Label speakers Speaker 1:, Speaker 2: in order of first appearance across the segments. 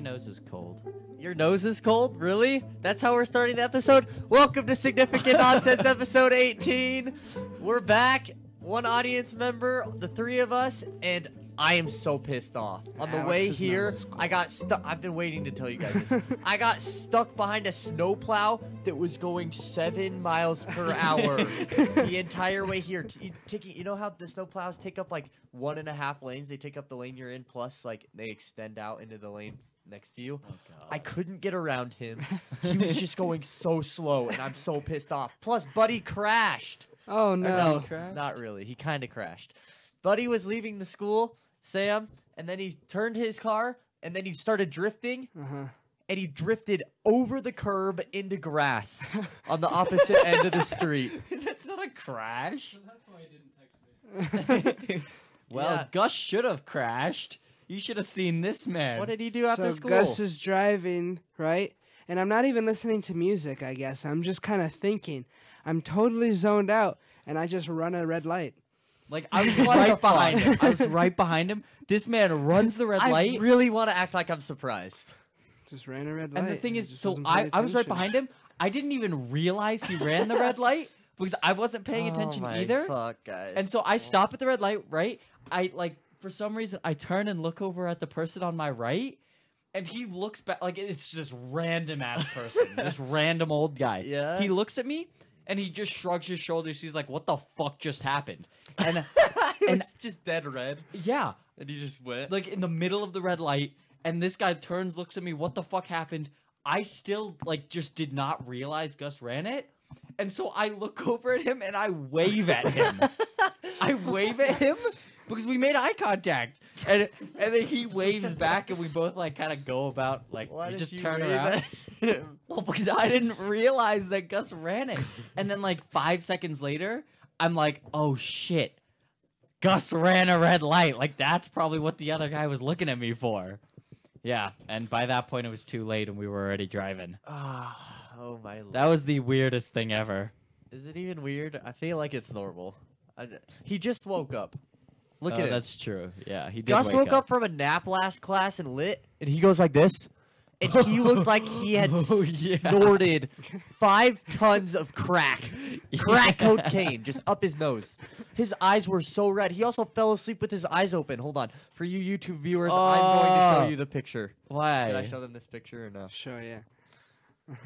Speaker 1: nose is cold. Your nose is cold? Really? That's how we're starting the episode? Welcome to Significant Nonsense, episode 18. We're back. One audience member, the three of us, and I am so pissed off. On the way
Speaker 2: Alex's
Speaker 1: here,
Speaker 2: nose is cold.
Speaker 1: I got stuck. I've been waiting to tell you guys this. I got stuck behind a snowplow that was going seven miles per hour the entire way here. T- you- taking, you know how the snowplows take up like one and a half lanes? They take up the lane you're in, plus like they extend out into the lane next to you. I couldn't get around him. He was just going so slow, and I'm so pissed off. Plus, Buddy crashed.
Speaker 2: Oh
Speaker 1: Or
Speaker 2: no.
Speaker 1: not really. He kind of crashed. Buddy was leaving the school, Sam, and then he turned his car, and then he started drifting,
Speaker 2: Uh-huh.
Speaker 1: and he drifted over the curb into grass on the opposite end of the street.
Speaker 3: That's not a crash. well,
Speaker 1: Well,
Speaker 3: Gus should have crashed. You should have seen this man.
Speaker 1: what did he do after
Speaker 2: so
Speaker 1: school?
Speaker 2: Gus is driving, right? And I'm not even listening to music, I guess. I'm just kind of thinking. I'm totally zoned out, and I just run a red light.
Speaker 3: like I was
Speaker 1: What the
Speaker 3: right
Speaker 1: fuck?
Speaker 3: behind him. I was right behind him. This man runs the red
Speaker 1: I
Speaker 3: light.
Speaker 1: really want to act like I'm surprised.
Speaker 2: Just ran a red light.
Speaker 3: and the thing
Speaker 2: I
Speaker 3: is,
Speaker 2: just
Speaker 3: so
Speaker 2: wasn't
Speaker 3: I,
Speaker 2: paying
Speaker 3: I was right
Speaker 2: attention.
Speaker 3: behind him. I didn't even realize he ran the red light because I wasn't paying
Speaker 1: Oh
Speaker 3: attention
Speaker 1: my
Speaker 3: either.
Speaker 1: Fuck, guys.
Speaker 3: And so I stop at the red light, right? I like for some reason I turn and look over at the person on my right, and he looks back like it's this random ass person, this random old guy.
Speaker 1: Yeah.
Speaker 3: He looks at me and he just shrugs his shoulders. He's like, "What the fuck just happened?" And
Speaker 1: and
Speaker 3: and-
Speaker 1: it's just dead red,
Speaker 3: yeah,
Speaker 1: and he just went.
Speaker 3: like in the middle of the red light, and this guy turns, looks at me, "What the fuck happened?" I still like just did not realize Gus ran it. And so I look over at him and I wave at him. I wave at him because we made eye contact, and and then he waves back, and we both like kind of go about like
Speaker 1: Why
Speaker 3: we
Speaker 1: did
Speaker 3: just
Speaker 1: you
Speaker 3: turn
Speaker 1: wave
Speaker 3: around.
Speaker 1: at him?
Speaker 3: Well, because I didn't realize that Gus ran it, and then like five seconds later, I'm like, oh shit, Gus ran a red light. Like that's probably what the other guy was looking at me for. Yeah, and by that point it was too late, and we were already driving.
Speaker 1: Ah, oh my lord.
Speaker 3: That was the weirdest thing ever.
Speaker 1: Is it even weird? I feel like it's normal. I d he just woke up. Look
Speaker 3: Oh,
Speaker 1: at him.
Speaker 3: That's true. Yeah, he did.
Speaker 1: Gus
Speaker 3: wake
Speaker 1: woke up. from a nap last class and lit, and he goes like this. And he looked like he had
Speaker 3: Oh, yeah.
Speaker 1: snorted five tons of crack, crack
Speaker 3: Yeah.
Speaker 1: cocaine, just up his nose. His eyes were so red. He also fell asleep with his eyes open. Hold on, for you YouTube viewers, I'm going to show
Speaker 3: Oh.
Speaker 1: you the picture.
Speaker 3: Why?
Speaker 1: Did I show them this picture or no?
Speaker 2: Sure, yeah.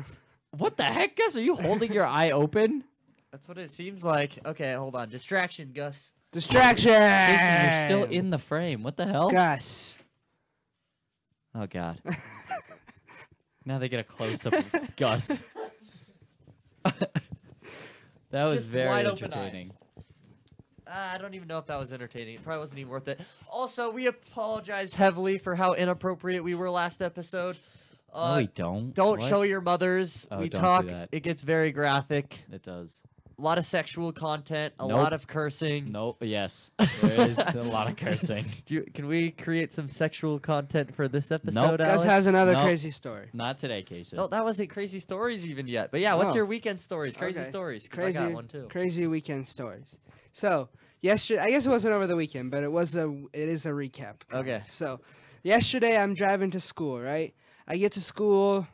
Speaker 3: What the heck, Gus? Are you holding your eye open?
Speaker 1: That's what it seems like. Okay, hold on. Distraction, Gus.
Speaker 2: Distraction.
Speaker 3: Jason, you're still in the frame. What the hell?
Speaker 2: Gus.
Speaker 3: Oh god. now they get a close up of Gus. that was
Speaker 1: Just
Speaker 3: very
Speaker 1: wide open
Speaker 3: entertaining.
Speaker 1: eyes. Uh, I don't even know if that was entertaining. It probably wasn't even worth it. Also, we apologize heavily for how inappropriate we were last episode.
Speaker 3: no,
Speaker 1: Uh,
Speaker 3: we don't.
Speaker 1: don't
Speaker 3: What?
Speaker 1: show your mothers.
Speaker 3: Oh,
Speaker 1: we
Speaker 3: don't do
Speaker 1: talk.
Speaker 3: that.
Speaker 1: It gets very graphic.
Speaker 3: It does.
Speaker 1: A lot of sexual content. A
Speaker 3: Nope.
Speaker 1: lot of cursing.
Speaker 3: Nope. Yes. There is a lot of cursing.
Speaker 1: Do you, can we create some sexual content for this episode?
Speaker 2: Gus
Speaker 1: Alex?
Speaker 2: has another
Speaker 3: No.
Speaker 2: crazy story.
Speaker 3: Not today, Casey.
Speaker 1: No, that wasn't crazy stories even yet. But yeah, what's
Speaker 2: Oh.
Speaker 1: your weekend stories? Crazy
Speaker 2: Okay.
Speaker 1: stories. 'cause
Speaker 2: Crazy,
Speaker 1: I got one too.
Speaker 2: crazy weekend stories. So yesterday, I guess it wasn't over the weekend, but it was a. It is a recap.
Speaker 1: Okay.
Speaker 2: So, yesterday I'm driving to school, right? I get to school.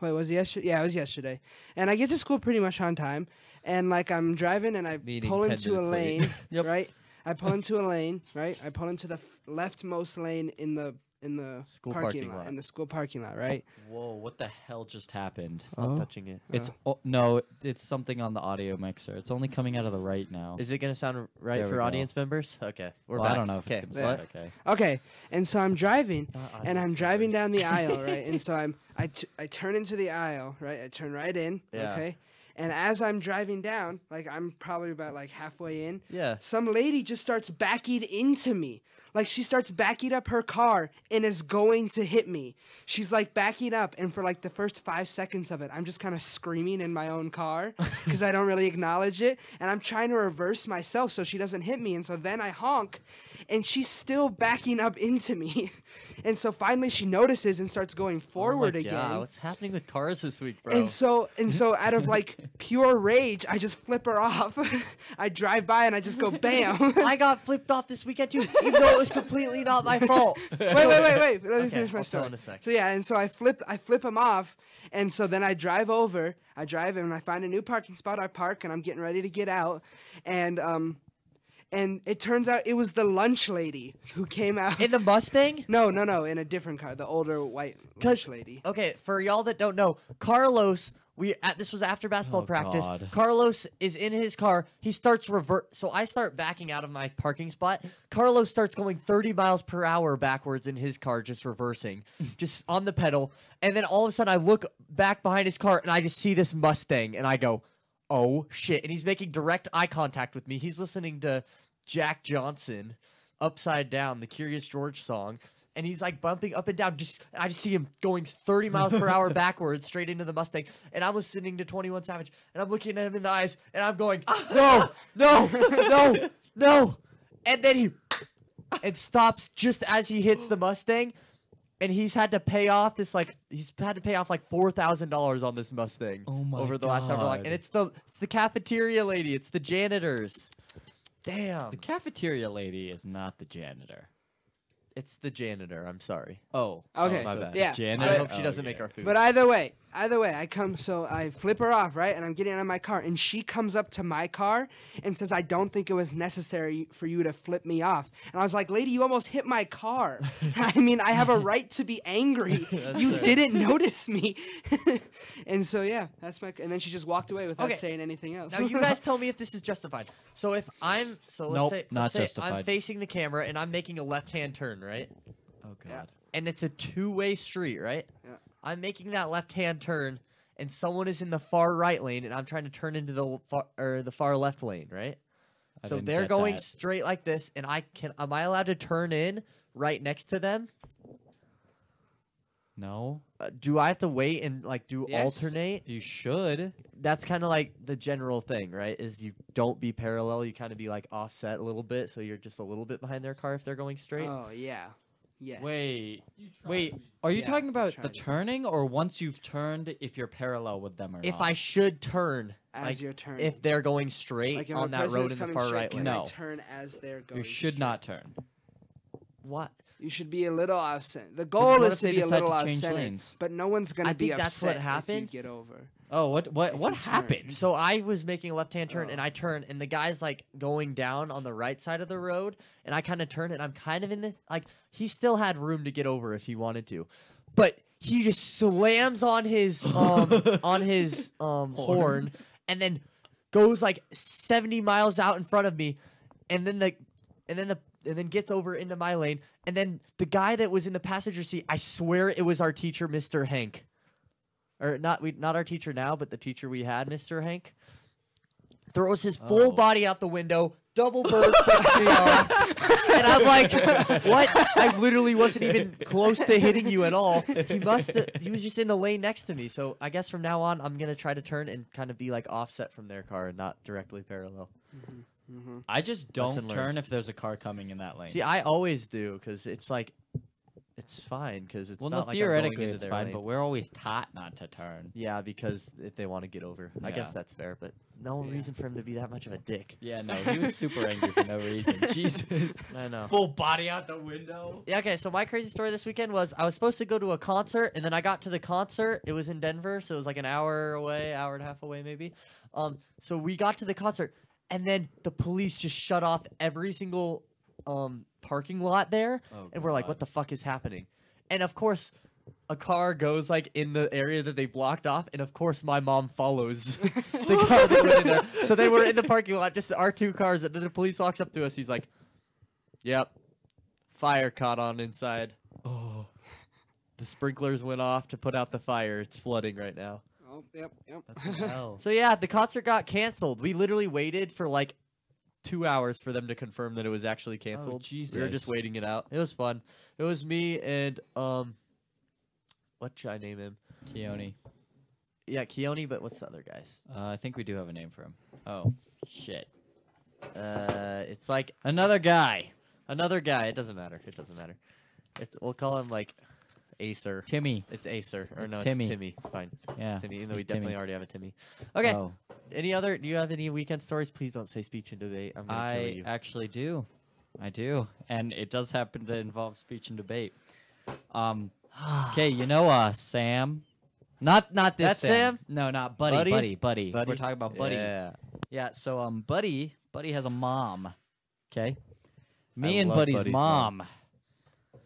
Speaker 2: Wait, was it yesterday? Yeah, it was yesterday. And I get to school pretty much on time. And like I'm driving and I
Speaker 1: Meaning
Speaker 2: pull
Speaker 1: 10
Speaker 2: into a
Speaker 1: minutes late.
Speaker 2: lane,
Speaker 3: Yep.
Speaker 2: right? I pull into a lane, right? I pull into the f- leftmost lane in the in the
Speaker 1: School parking lot.
Speaker 2: in the school parking lot, right?
Speaker 3: Whoa! What the hell just happened?
Speaker 1: Stop
Speaker 2: Oh.
Speaker 1: touching it.
Speaker 3: It's oh, no. It's something on the audio mixer. It's only coming out of the right now.
Speaker 1: Is it gonna sound right
Speaker 3: There we
Speaker 1: for
Speaker 3: go.
Speaker 1: audience members? Okay, we're
Speaker 3: Well,
Speaker 1: back.
Speaker 3: I don't know if
Speaker 1: okay.
Speaker 3: it's
Speaker 2: Yeah.
Speaker 3: gonna sound okay.
Speaker 2: Okay. And so I'm driving
Speaker 1: Uh,
Speaker 2: and I'm
Speaker 1: audience
Speaker 2: driving
Speaker 1: members.
Speaker 2: down the aisle, right? And so I'm I, t- I turn into the aisle, right? I turn right in,
Speaker 1: Yeah.
Speaker 2: okay? And as I'm driving down, like I'm probably about like halfway in,
Speaker 1: Yeah.
Speaker 2: some lady just starts backing into me. Like she starts backing up her car and is going to hit me. She's like backing up, and for like the first five seconds of it, I'm just kind of screaming in my own car because I don't really acknowledge it. And I'm trying to reverse myself so she doesn't hit me. And so then I honk, and she's still backing up into me. and so finally she notices and starts going forward
Speaker 1: oh my
Speaker 2: again.
Speaker 1: God, what's happening with cars this week, bro?
Speaker 2: And so and so out of like pure rage, I just flip her off. I drive by and I just go bam.
Speaker 1: I got flipped off this weekend too, even though it was completely not my fault.
Speaker 2: wait, wait, wait, wait. Let me
Speaker 1: Okay,
Speaker 2: finish my
Speaker 1: I'll tell
Speaker 2: story.
Speaker 1: in a sec.
Speaker 2: So yeah, and so I flip, I flip him off, and so then I drive over. I drive and I find a new parking spot. I park, and I'm getting ready to get out, and um, and it turns out it was the lunch lady who came out.
Speaker 1: In the Mustang?
Speaker 2: no, no, no, in a different car, the older white lunch
Speaker 1: 'Cause-
Speaker 2: lady.
Speaker 1: Okay, for y'all that don't know, Carlos, we at, this was after basketball
Speaker 3: Oh,
Speaker 1: practice.
Speaker 3: God.
Speaker 1: Carlos is in his car. He starts revert. So I start backing out of my parking spot. Carlos starts going 30 miles per hour backwards in his car, just reversing, just on the pedal. And then all of a sudden, I look back behind his car and I just see this Mustang, and I go, "Oh shit!" And he's making direct eye contact with me. He's listening to Jack Johnson, "Upside Down," the Curious George song. And he's like bumping up and down. Just I just see him going 30 miles per hour backwards straight into the Mustang. And I'm listening to 21 Savage, and I'm looking at him in the eyes, and I'm going, "No, no, no, no!" And then he and stops just as he hits the Mustang. And he's had to pay off this like he's had to pay off like four thousand dollars on this Mustang
Speaker 3: Oh my
Speaker 1: over the last several like,
Speaker 3: God.
Speaker 1: and it's the it's the cafeteria lady, it's the janitors.
Speaker 3: The
Speaker 1: Damn,
Speaker 3: cafeteria lady is not the janitor.
Speaker 1: it's the janitor. I'm sorry.
Speaker 3: Oh,
Speaker 2: Okay,
Speaker 3: my
Speaker 1: so-
Speaker 3: bad.
Speaker 2: yeah,
Speaker 3: janitor.
Speaker 1: I hope she
Speaker 3: Oh,
Speaker 1: doesn't
Speaker 3: yeah.
Speaker 1: make our food.
Speaker 2: But either way, either way, I come. So I flip her off, right? And I'm getting out of my car, and she comes up to my car and says, "I don't think it was necessary for you to flip me off." And I was like, "Lady, you almost hit my car. I mean, I have a right to be angry. you
Speaker 3: fair.
Speaker 2: didn't notice me." and so yeah, that's my. And then she just walked away without
Speaker 1: Okay.
Speaker 2: saying anything else.
Speaker 1: Now you guys tell me if this is justified. So if I'm so let's
Speaker 3: Nope,
Speaker 1: say, let's
Speaker 3: not
Speaker 1: say I'm
Speaker 3: justified.
Speaker 1: facing the camera and I'm making a left-hand turn, right?
Speaker 3: Oh god.
Speaker 2: Yeah.
Speaker 1: And it's a two-way street, right?
Speaker 2: Yeah.
Speaker 1: I'm making that left-hand turn and someone is in the far right lane and I'm trying to turn into the l- far, or the far left lane, right?
Speaker 3: I
Speaker 1: so
Speaker 3: didn't
Speaker 1: they're
Speaker 3: get
Speaker 1: going
Speaker 3: that.
Speaker 1: straight like this and I can am I allowed to turn in right next to them?
Speaker 3: No,
Speaker 1: Uh, do I have to wait and like do
Speaker 2: Yes.
Speaker 1: alternate?
Speaker 3: you should.
Speaker 1: that's kind of like the general thing, right? Is you don't be parallel, you kind of be like offset a little bit, so you're just a little bit behind their car if they're going straight.
Speaker 2: oh yeah, yes.
Speaker 3: Wait, wait. Are you
Speaker 2: Yeah,
Speaker 3: talking
Speaker 2: you
Speaker 3: about
Speaker 2: tried
Speaker 3: the
Speaker 2: it.
Speaker 3: turning, or once you've turned, if you're parallel with them or
Speaker 1: if
Speaker 3: not?
Speaker 1: I should turn,
Speaker 2: as
Speaker 1: like,
Speaker 2: your turn.
Speaker 1: if they're going straight
Speaker 2: like, if a
Speaker 1: on that
Speaker 2: person
Speaker 1: road
Speaker 2: is
Speaker 1: in the
Speaker 2: coming
Speaker 1: far
Speaker 2: straight,
Speaker 1: right lane,
Speaker 2: can I
Speaker 3: No.
Speaker 2: turn as they're going.
Speaker 3: you should
Speaker 2: straight?
Speaker 3: not turn.
Speaker 1: what?
Speaker 2: You should be a little off center. The
Speaker 3: But
Speaker 2: goal
Speaker 3: what
Speaker 2: is
Speaker 3: if
Speaker 2: to
Speaker 3: they
Speaker 2: be a
Speaker 3: decide
Speaker 2: little
Speaker 3: to
Speaker 2: off
Speaker 3: change
Speaker 2: center,
Speaker 3: lanes?
Speaker 2: but no one's gonna
Speaker 1: I
Speaker 2: be
Speaker 1: think that's
Speaker 2: upset
Speaker 1: what
Speaker 2: if
Speaker 1: happened.
Speaker 2: you get over.
Speaker 3: Oh, what what
Speaker 2: If
Speaker 3: what
Speaker 2: you turn.
Speaker 3: happened?
Speaker 1: So I was making a left hand turn and
Speaker 2: Oh.
Speaker 1: I turn and the guy's like going down on the right side of the road and I kind of turn and I'm kind of in this like he still had room to get over if he wanted to. But he just slams on his um on his um horn.
Speaker 3: Horn.
Speaker 1: and then goes like 70 miles out in front of me and then the and then the and then gets over into my lane and then the guy that was in the passenger seat I swear it was our teacher Mr. Hank or not we not our teacher now, but the teacher we had, Mr. Hank, throws his full
Speaker 3: Oh.
Speaker 1: body out the window, double bird flips me off, and I'm like, "What? I literally wasn't even close to hitting you at all. He must. He was just in the lane next to me. So I guess from now on, I'm gonna try to turn and kind of be like offset from their car and not directly parallel.
Speaker 3: I just don't
Speaker 1: Lesson learned.
Speaker 3: turn if there's a car coming in that lane.
Speaker 1: See, I always do because it's like, it's fine because it's
Speaker 3: well, no,
Speaker 1: not like I'm going
Speaker 3: theoretically
Speaker 1: into
Speaker 3: it's
Speaker 1: their
Speaker 3: fine,
Speaker 1: lane.
Speaker 3: but we're always taught not to turn.
Speaker 1: Yeah, because if they want to get over, I guess
Speaker 3: Yeah.
Speaker 1: that's fair. But no
Speaker 2: Yeah.
Speaker 1: reason for him to be that much of a dick.
Speaker 3: Yeah, no, he was super angry for no reason. Jesus,
Speaker 1: I know.
Speaker 3: full body out the window.
Speaker 1: Yeah, okay, so my crazy story this weekend was I was supposed to go to a concert, and then I got to the concert. It was in Denver, so it was like an hour away, hour and a half away, maybe. Um, so we got to the concert, and then the police just shut off every single um parking lot there,
Speaker 3: Oh,
Speaker 1: and we're like,
Speaker 3: God.
Speaker 1: "What the fuck is happening?" And of course, a car goes like in the area that they blocked off, and of course, my mom follows the car that went in there. So they were in the parking lot, just our two cars. And then the police walks up to us. He's like, "Yep, fire caught on inside.
Speaker 3: Oh,
Speaker 1: The sprinklers went off to put out the fire. It's flooding right now."
Speaker 2: Oh, yep, yep.
Speaker 3: that's an L.
Speaker 1: So yeah, the concert got canceled. We literally waited for like two hours for them to confirm that it was actually canceled. We were
Speaker 3: Jesus.
Speaker 1: just waiting it out. It was fun. It was me and um, what should I name him?
Speaker 3: Keone.
Speaker 1: Yeah, Keone, but what's the other guy's?
Speaker 3: Uh, I think we do have a name for him. Oh, shit.
Speaker 1: Uh, it's like
Speaker 3: Another guy.
Speaker 1: another guy. It doesn't matter. It doesn't matter. It's, we'll call him like Acer.
Speaker 3: Timmy.
Speaker 1: It's Acer or
Speaker 3: It's
Speaker 1: no,
Speaker 3: Timmy.
Speaker 1: it's Timmy. Fine,
Speaker 3: Yeah.
Speaker 1: it's Timmy. Even though we
Speaker 3: he's Timmy.
Speaker 1: definitely already have a Timmy. Okay.
Speaker 3: Oh,
Speaker 1: Any other? Do you have any weekend stories? Please don't say speech and debate. I'm gonna kill
Speaker 3: I
Speaker 1: you.
Speaker 3: actually do. I do, and it does happen to involve speech and debate. Um, okay, you know, uh, Sam, not not this
Speaker 1: That's
Speaker 3: Sam.
Speaker 1: Sam?
Speaker 3: No, not buddy,
Speaker 1: Buddy?
Speaker 3: buddy, buddy, buddy.
Speaker 1: Buddy?
Speaker 3: We're talking about buddy.
Speaker 1: Yeah.
Speaker 3: Yeah, so um, Buddy, Buddy has a mom. Okay, me
Speaker 1: I
Speaker 3: and
Speaker 1: love
Speaker 3: Buddy's,
Speaker 1: Buddy's
Speaker 3: mom,
Speaker 1: mom.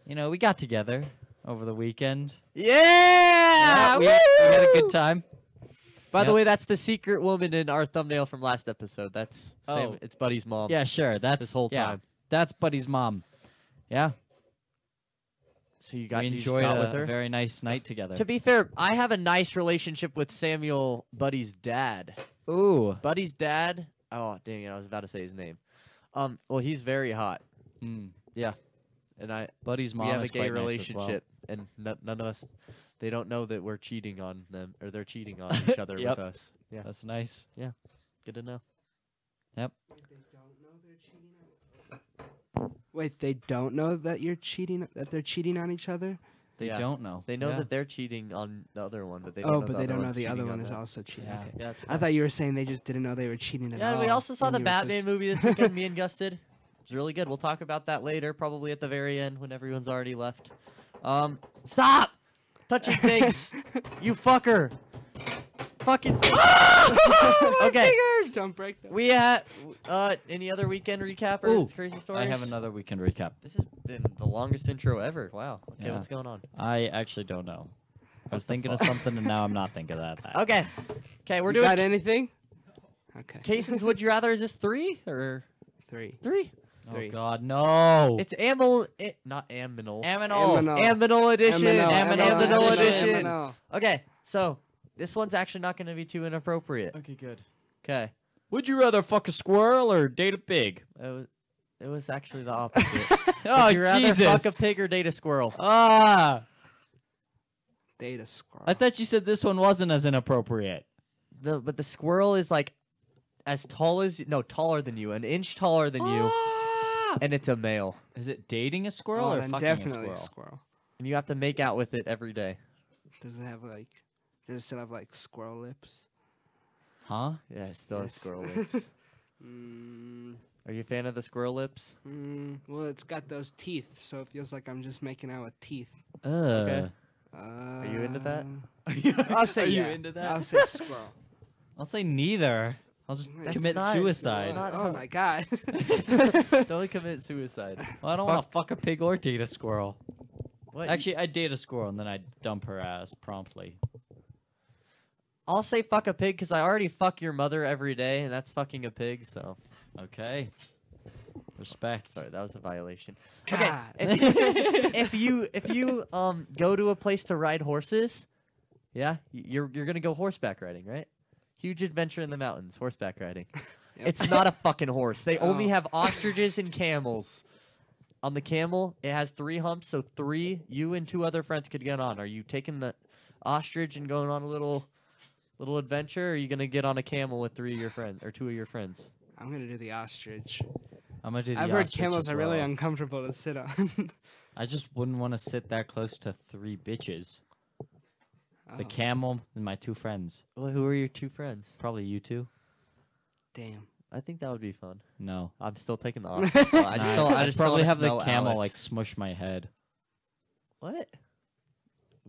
Speaker 3: You know, we got together over the weekend.
Speaker 1: Yeah.
Speaker 3: we, had, we had a
Speaker 1: woo!
Speaker 3: good time.
Speaker 1: By the
Speaker 3: Yep.
Speaker 1: way, that's the secret woman in our thumbnail from last episode. That's Sam.
Speaker 3: Oh.
Speaker 1: It's Buddy's mom.
Speaker 3: Yeah, sure. That's
Speaker 1: whole
Speaker 3: yeah,
Speaker 1: time.
Speaker 3: that's Buddy's mom. Yeah,
Speaker 1: So you got
Speaker 3: we
Speaker 1: you just
Speaker 3: enjoyed uh,
Speaker 1: got
Speaker 3: a,
Speaker 1: with
Speaker 3: a
Speaker 1: her.
Speaker 3: very nice night together.
Speaker 1: To be fair, I have a nice relationship with Samuel Buddy's dad.
Speaker 3: Ooh,
Speaker 1: Buddy's dad. Oh dang it! I was about to say his name. Um. Well, he's very hot,
Speaker 3: Mm,
Speaker 1: and I
Speaker 3: Buddy's mom
Speaker 1: Hmm. we have
Speaker 3: is
Speaker 1: a gay
Speaker 3: quite nice as
Speaker 1: relationship,
Speaker 3: well.
Speaker 1: and no- none of us. They don't know that we're cheating on them, or they're cheating on each other
Speaker 3: Yep.
Speaker 1: with us. Yeah,
Speaker 3: That's nice.
Speaker 1: good to know.
Speaker 2: Wait, they don't know that you're cheating. That they're cheating on each other.
Speaker 3: They
Speaker 1: Yeah.
Speaker 3: don't know.
Speaker 1: They know
Speaker 3: Yeah.
Speaker 1: that they're cheating on the other one, but they don't
Speaker 2: Oh,
Speaker 1: know
Speaker 2: but
Speaker 1: the
Speaker 2: they
Speaker 1: other
Speaker 2: don't know
Speaker 1: one's
Speaker 2: the other
Speaker 1: cheating
Speaker 2: one
Speaker 1: on
Speaker 2: is
Speaker 1: them.
Speaker 2: also cheating.
Speaker 3: Yeah.
Speaker 2: Okay.
Speaker 1: Yeah, it's
Speaker 2: I thought you
Speaker 1: nuts.
Speaker 2: were saying they just didn't know they were cheating at
Speaker 1: Yeah,
Speaker 2: all.
Speaker 1: we also saw
Speaker 2: and
Speaker 1: the
Speaker 2: you were just-
Speaker 1: Batman movie this weekend. me and Gus did. It's really good. We'll talk about that later, probably at the very end when everyone's already left. Um, stop touching things, you fucker. Fucking. okay,
Speaker 2: Don't break them.
Speaker 1: we had uh any other weekend recap or
Speaker 3: Ooh,
Speaker 1: crazy
Speaker 3: I
Speaker 1: stories?
Speaker 3: have another weekend recap.
Speaker 1: This has been the longest intro ever. Wow. Okay,
Speaker 3: Yeah.
Speaker 1: what's going on?
Speaker 3: I actually don't know. I was thinking of
Speaker 1: fuck?
Speaker 3: something and now I'm not thinking of that.
Speaker 1: Okay, okay, we're
Speaker 2: You
Speaker 1: doing.
Speaker 2: got anything? Okay.
Speaker 1: Cason's Would You Rather? Is this three or
Speaker 2: Three.
Speaker 1: three?
Speaker 3: Oh
Speaker 2: Three.
Speaker 3: God, no!
Speaker 1: It's amyl, it, not aminal.
Speaker 3: Aminal.
Speaker 2: Aminal.
Speaker 1: Aminal edition.
Speaker 2: M&L,
Speaker 3: Aminal
Speaker 2: M&L,
Speaker 3: Aminal
Speaker 2: M&L,
Speaker 3: edition.
Speaker 2: M&L.
Speaker 1: Okay, so this one's actually not going to be too inappropriate.
Speaker 3: okay, good.
Speaker 1: Okay,
Speaker 3: Would you rather fuck a squirrel or date a pig?
Speaker 1: it was, it was actually the opposite.
Speaker 3: Oh
Speaker 1: Would you rather
Speaker 3: Jesus!
Speaker 1: fuck a pig or date a squirrel?
Speaker 3: Ah,
Speaker 2: Data squirrel.
Speaker 3: I thought you said this one wasn't as inappropriate.
Speaker 1: The, but the squirrel is like as tall as no taller than you, an inch taller than you,
Speaker 3: Ah!
Speaker 1: and it's a male,
Speaker 3: Is it dating a squirrel
Speaker 2: oh,
Speaker 3: or
Speaker 2: then
Speaker 3: fucking
Speaker 2: definitely
Speaker 3: a
Speaker 2: a
Speaker 3: squirrel?
Speaker 2: squirrel.
Speaker 1: and you have to make out with it every day.
Speaker 2: Does it have like? Does it still have like squirrel lips?
Speaker 3: Huh?
Speaker 1: Yeah, it still has
Speaker 2: Yes.
Speaker 1: squirrel lips.
Speaker 2: Mm,
Speaker 1: Are you a fan of the squirrel lips?
Speaker 2: mm, well, it's got those teeth, so it feels like I'm just making out with teeth.
Speaker 3: Ugh.
Speaker 1: Okay.
Speaker 2: Uh,
Speaker 1: you into that?
Speaker 2: I'll say
Speaker 3: Are
Speaker 2: yeah.
Speaker 3: you into that?
Speaker 2: I'll say squirrel.
Speaker 3: I'll say neither. I'll just
Speaker 2: That's
Speaker 3: commit
Speaker 1: not-
Speaker 3: suicide.
Speaker 1: not-
Speaker 2: oh my god.
Speaker 1: Don't commit suicide.
Speaker 3: Well, I don't want to fuck a pig or date a squirrel.
Speaker 1: What, you-
Speaker 3: Actually, I'd date a squirrel and then I'd dump her ass promptly.
Speaker 1: I'll say fuck a pig because I already fuck your mother every day, and that's fucking a pig. So
Speaker 3: Okay. Respect.
Speaker 1: sorry, that was a violation.
Speaker 2: God.
Speaker 1: Okay, if, if you if you um go to a place to ride horses, yeah, y- you're you're gonna go horseback riding, right? Huge adventure in the mountains, horseback riding.
Speaker 2: Yep.
Speaker 1: It's not a fucking horse. They only
Speaker 2: Oh.
Speaker 1: have ostriches and camels. On the camel, it has three humps, so three you and two other friends could get on. Are you taking the ostrich and going on a little little adventure? Or are you gonna get on a camel with three of your friends or two of your friends?
Speaker 2: I'm gonna do the ostrich.
Speaker 3: I'm gonna do the
Speaker 2: I've heard
Speaker 3: ostrich
Speaker 2: camels
Speaker 3: as
Speaker 2: are really
Speaker 3: well.
Speaker 2: uncomfortable to sit on.
Speaker 3: I just wouldn't want to sit that close to three bitches. The
Speaker 2: Oh,
Speaker 3: camel and my two friends.
Speaker 1: Well, who are your two friends?
Speaker 3: Probably you two.
Speaker 2: Damn.
Speaker 1: I think that would be fun.
Speaker 3: No.
Speaker 1: I'm still taking the ostrich. Well, I just
Speaker 3: Nah,
Speaker 1: don't. I
Speaker 3: I'd
Speaker 1: just
Speaker 3: probably
Speaker 1: don't wanna
Speaker 3: have the
Speaker 1: smell
Speaker 3: camel
Speaker 1: Alex.
Speaker 3: like smush my head.
Speaker 1: What?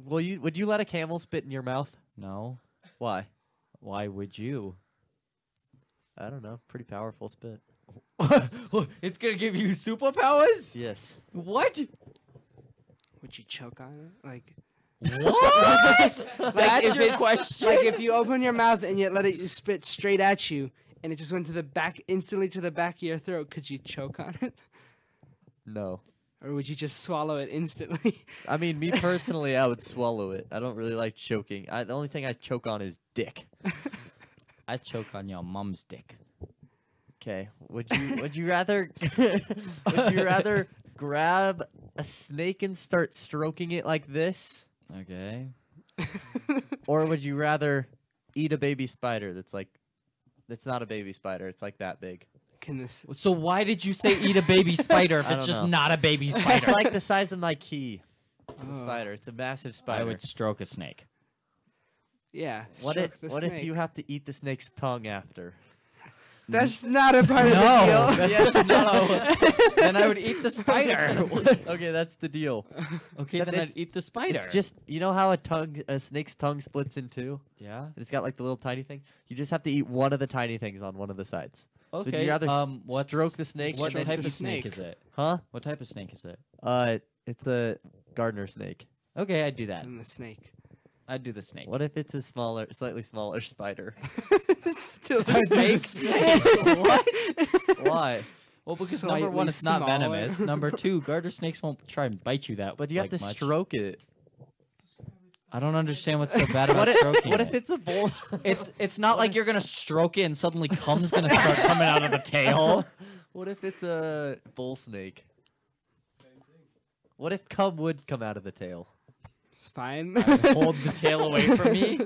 Speaker 1: Will you? Would you let a camel spit in your mouth?
Speaker 3: No.
Speaker 1: Why?
Speaker 3: Why would you?
Speaker 1: I don't know. Pretty powerful spit.
Speaker 3: it's gonna give you superpowers?
Speaker 1: Yes.
Speaker 3: What?
Speaker 2: Would you choke on it? Like,
Speaker 3: What?
Speaker 2: if
Speaker 3: That's your
Speaker 2: it's-
Speaker 3: question.
Speaker 2: like if you open your mouth and you let it spit straight at you, and it just went to the back instantly to the back of your throat, could you choke on it,
Speaker 1: No.
Speaker 2: or would you just swallow it instantly?
Speaker 1: I mean, me personally, I would swallow it. I don't really like choking. I, the only thing I choke on is dick.
Speaker 3: I choke on your mom's dick.
Speaker 1: Okay. Would you? Would you rather? would you rather grab a snake and start stroking it like this,
Speaker 3: Okay.
Speaker 1: or would you rather eat a baby spider that's like, that's not a baby spider. It's like that big.
Speaker 2: Can this?
Speaker 3: So why did you say eat a baby spider if
Speaker 1: I
Speaker 3: it's
Speaker 1: don't
Speaker 3: just
Speaker 1: know.
Speaker 3: not a baby
Speaker 1: It's
Speaker 3: spider?
Speaker 1: like the size of my key. It's
Speaker 2: Oh.
Speaker 1: a spider. It's a massive
Speaker 3: I
Speaker 1: spider.
Speaker 3: would stroke a snake.
Speaker 2: Yeah.
Speaker 1: what if
Speaker 2: stroke the
Speaker 1: what if
Speaker 2: snake.
Speaker 1: you have to eat the snake's tongue after?
Speaker 2: That's not a part
Speaker 3: No,
Speaker 2: of the deal.
Speaker 3: that's just not how- Then I would eat the spider.
Speaker 1: okay, that's the deal.
Speaker 3: okay,
Speaker 1: Except
Speaker 3: then I'd
Speaker 1: it's-
Speaker 3: eat the spider.
Speaker 1: It's just you know how a tongue, a snake's tongue splits in two,
Speaker 3: yeah.
Speaker 1: and it's got like the little tiny thing. You just have to eat one of the tiny things on one of the sides.
Speaker 3: Okay.
Speaker 1: so you rather s-
Speaker 3: um, what's-
Speaker 1: stroke the snake?
Speaker 3: What
Speaker 1: and then
Speaker 3: type
Speaker 1: eat-
Speaker 3: of snake is it?
Speaker 1: Huh?
Speaker 3: What type of snake is it?
Speaker 1: Uh, it's a gardener snake.
Speaker 3: Okay, I'd do that.
Speaker 2: And the snake.
Speaker 3: I'd do the snake.
Speaker 1: What if it's a smaller, slightly smaller spider?
Speaker 2: it's still a
Speaker 3: Snake? What?
Speaker 1: Why?
Speaker 3: Well, because number
Speaker 2: Slightly
Speaker 3: one, it's not
Speaker 2: smaller.
Speaker 3: venomous. Number two, garter snakes won't try and bite you that.
Speaker 1: But you have
Speaker 3: like,
Speaker 1: to
Speaker 3: much.
Speaker 1: stroke it.
Speaker 3: I don't understand what's so bad about
Speaker 1: What if,
Speaker 3: stroking.
Speaker 1: what
Speaker 3: it.
Speaker 1: if it's a bull?
Speaker 3: It's it's not like you're gonna stroke it and suddenly cum's gonna start coming out of the tail.
Speaker 1: what if it's a bull snake? What if cum would come out of the tail?
Speaker 2: It's fine.
Speaker 3: Hold the tail away from me.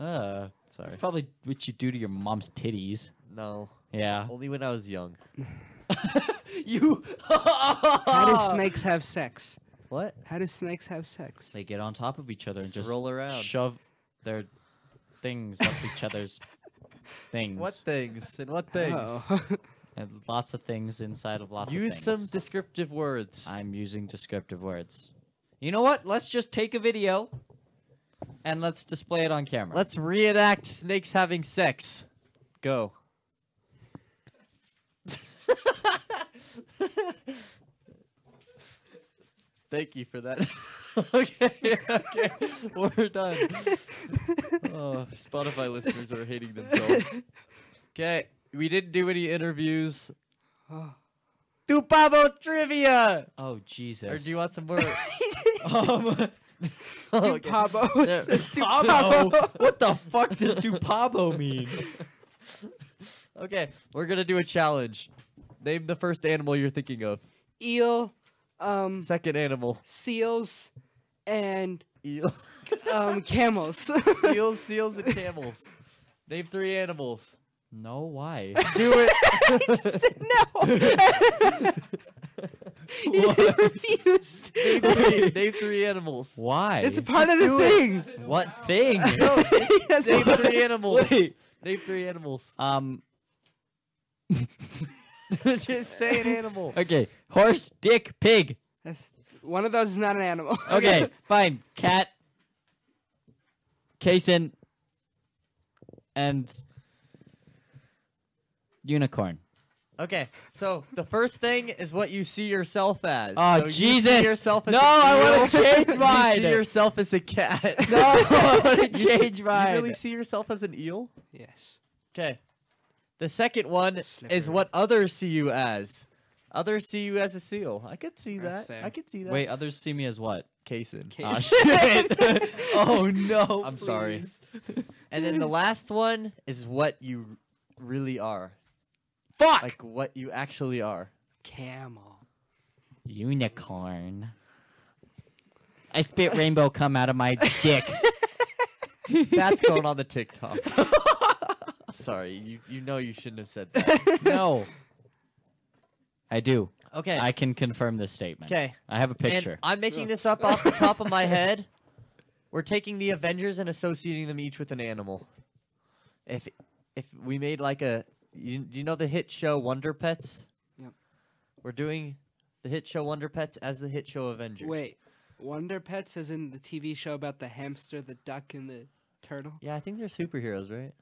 Speaker 3: Uh,
Speaker 1: Ah, Sorry.
Speaker 3: that's probably what you do to your mom's titties.
Speaker 1: No.
Speaker 3: Yeah.
Speaker 1: Only when I was young.
Speaker 3: Oh. you.
Speaker 2: How do snakes have sex?
Speaker 1: What?
Speaker 2: How do snakes have sex?
Speaker 3: They get on top of each other and
Speaker 1: Just,
Speaker 3: just
Speaker 1: roll around.
Speaker 3: shove their things up each other's things.
Speaker 1: What things and what things?
Speaker 2: Oh.
Speaker 3: and lots of things inside of lots
Speaker 1: Use
Speaker 3: of things.
Speaker 1: some descriptive words.
Speaker 3: I'm using descriptive words. You know what? Let's just take a video and let's display it on camera.
Speaker 1: Let's reenact snakes having sex. Go. Thank you for that. okay, okay, we're done. Oh, Spotify listeners are hating themselves. Okay, we didn't do any interviews.
Speaker 2: Oh.
Speaker 1: Do Pablo trivia,
Speaker 3: Oh Jesus!
Speaker 1: or do you want some more?
Speaker 3: um,
Speaker 1: Oh, okay.
Speaker 2: Pablo.
Speaker 1: Yeah.
Speaker 2: It's too
Speaker 3: Pablo?
Speaker 2: Pablo.
Speaker 3: what the fuck does "dupabo" mean?
Speaker 1: Okay, we're gonna do a challenge. Name the first animal you're thinking of.
Speaker 2: Eel, um,
Speaker 1: Second animal.
Speaker 2: seals, and
Speaker 1: Eel.
Speaker 2: um, camels.
Speaker 1: Eels, seals, and camels. Name three animals.
Speaker 3: No, why?
Speaker 1: Do it.
Speaker 2: no. he
Speaker 3: What?
Speaker 2: refused.
Speaker 1: name, three, name three animals.
Speaker 3: Why?
Speaker 2: It's a part of
Speaker 1: do
Speaker 2: the
Speaker 1: it.
Speaker 2: thing.
Speaker 3: what thing?
Speaker 2: Yes,
Speaker 1: Name
Speaker 2: what-
Speaker 1: three animals.
Speaker 3: Wait.
Speaker 1: Name three animals.
Speaker 3: Um.
Speaker 1: Just say an animal.
Speaker 3: Okay. Horse, dick, pig.
Speaker 2: That's- One of those is not an animal.
Speaker 3: Okay, fine. Cat, casein, and unicorn.
Speaker 1: Okay, so the first thing is what you see yourself as.
Speaker 3: Oh,
Speaker 1: So you see
Speaker 3: Jesus.
Speaker 1: yourself as
Speaker 3: No,
Speaker 1: a
Speaker 3: I
Speaker 1: eel.
Speaker 3: wanna change mine.
Speaker 1: You see yourself as a cat.
Speaker 3: No, I wanna
Speaker 1: You see-
Speaker 3: change mine.
Speaker 1: You really see yourself as an eel?
Speaker 2: Yes.
Speaker 1: Okay. The second one is
Speaker 2: Slippery.
Speaker 1: what others see you as. Others see you as a seal. I could see
Speaker 2: That's
Speaker 1: that. I
Speaker 2: fair.
Speaker 1: could see that.
Speaker 3: Wait, others see me as what?
Speaker 1: Kaysen.
Speaker 3: Ah,
Speaker 2: Case.
Speaker 3: shit. oh no.
Speaker 1: I'm sorry.
Speaker 3: please.
Speaker 1: And then the last one is what you really are.
Speaker 3: Fuck.
Speaker 1: Like what you actually are.
Speaker 2: Camel.
Speaker 3: unicorn. I spit rainbow come out of my dick.
Speaker 1: That's going on the TikTok. Sorry, you, you know you shouldn't have said that.
Speaker 3: no. I do.
Speaker 1: Okay.
Speaker 3: I can confirm this statement.
Speaker 1: Okay.
Speaker 3: I have a
Speaker 1: And
Speaker 3: picture.
Speaker 1: I'm making this up off the top of my head. We're taking the Avengers and associating them each with an animal. If if we made like a you, do you know the hit show Wonder Pets?
Speaker 2: Yep.
Speaker 1: We're doing the hit show Wonder Pets as the hit show Avengers.
Speaker 2: Wait, Wonder Pets is in the TV show about the hamster, the duck, and the turtle.
Speaker 1: Yeah, I think they're superheroes, right?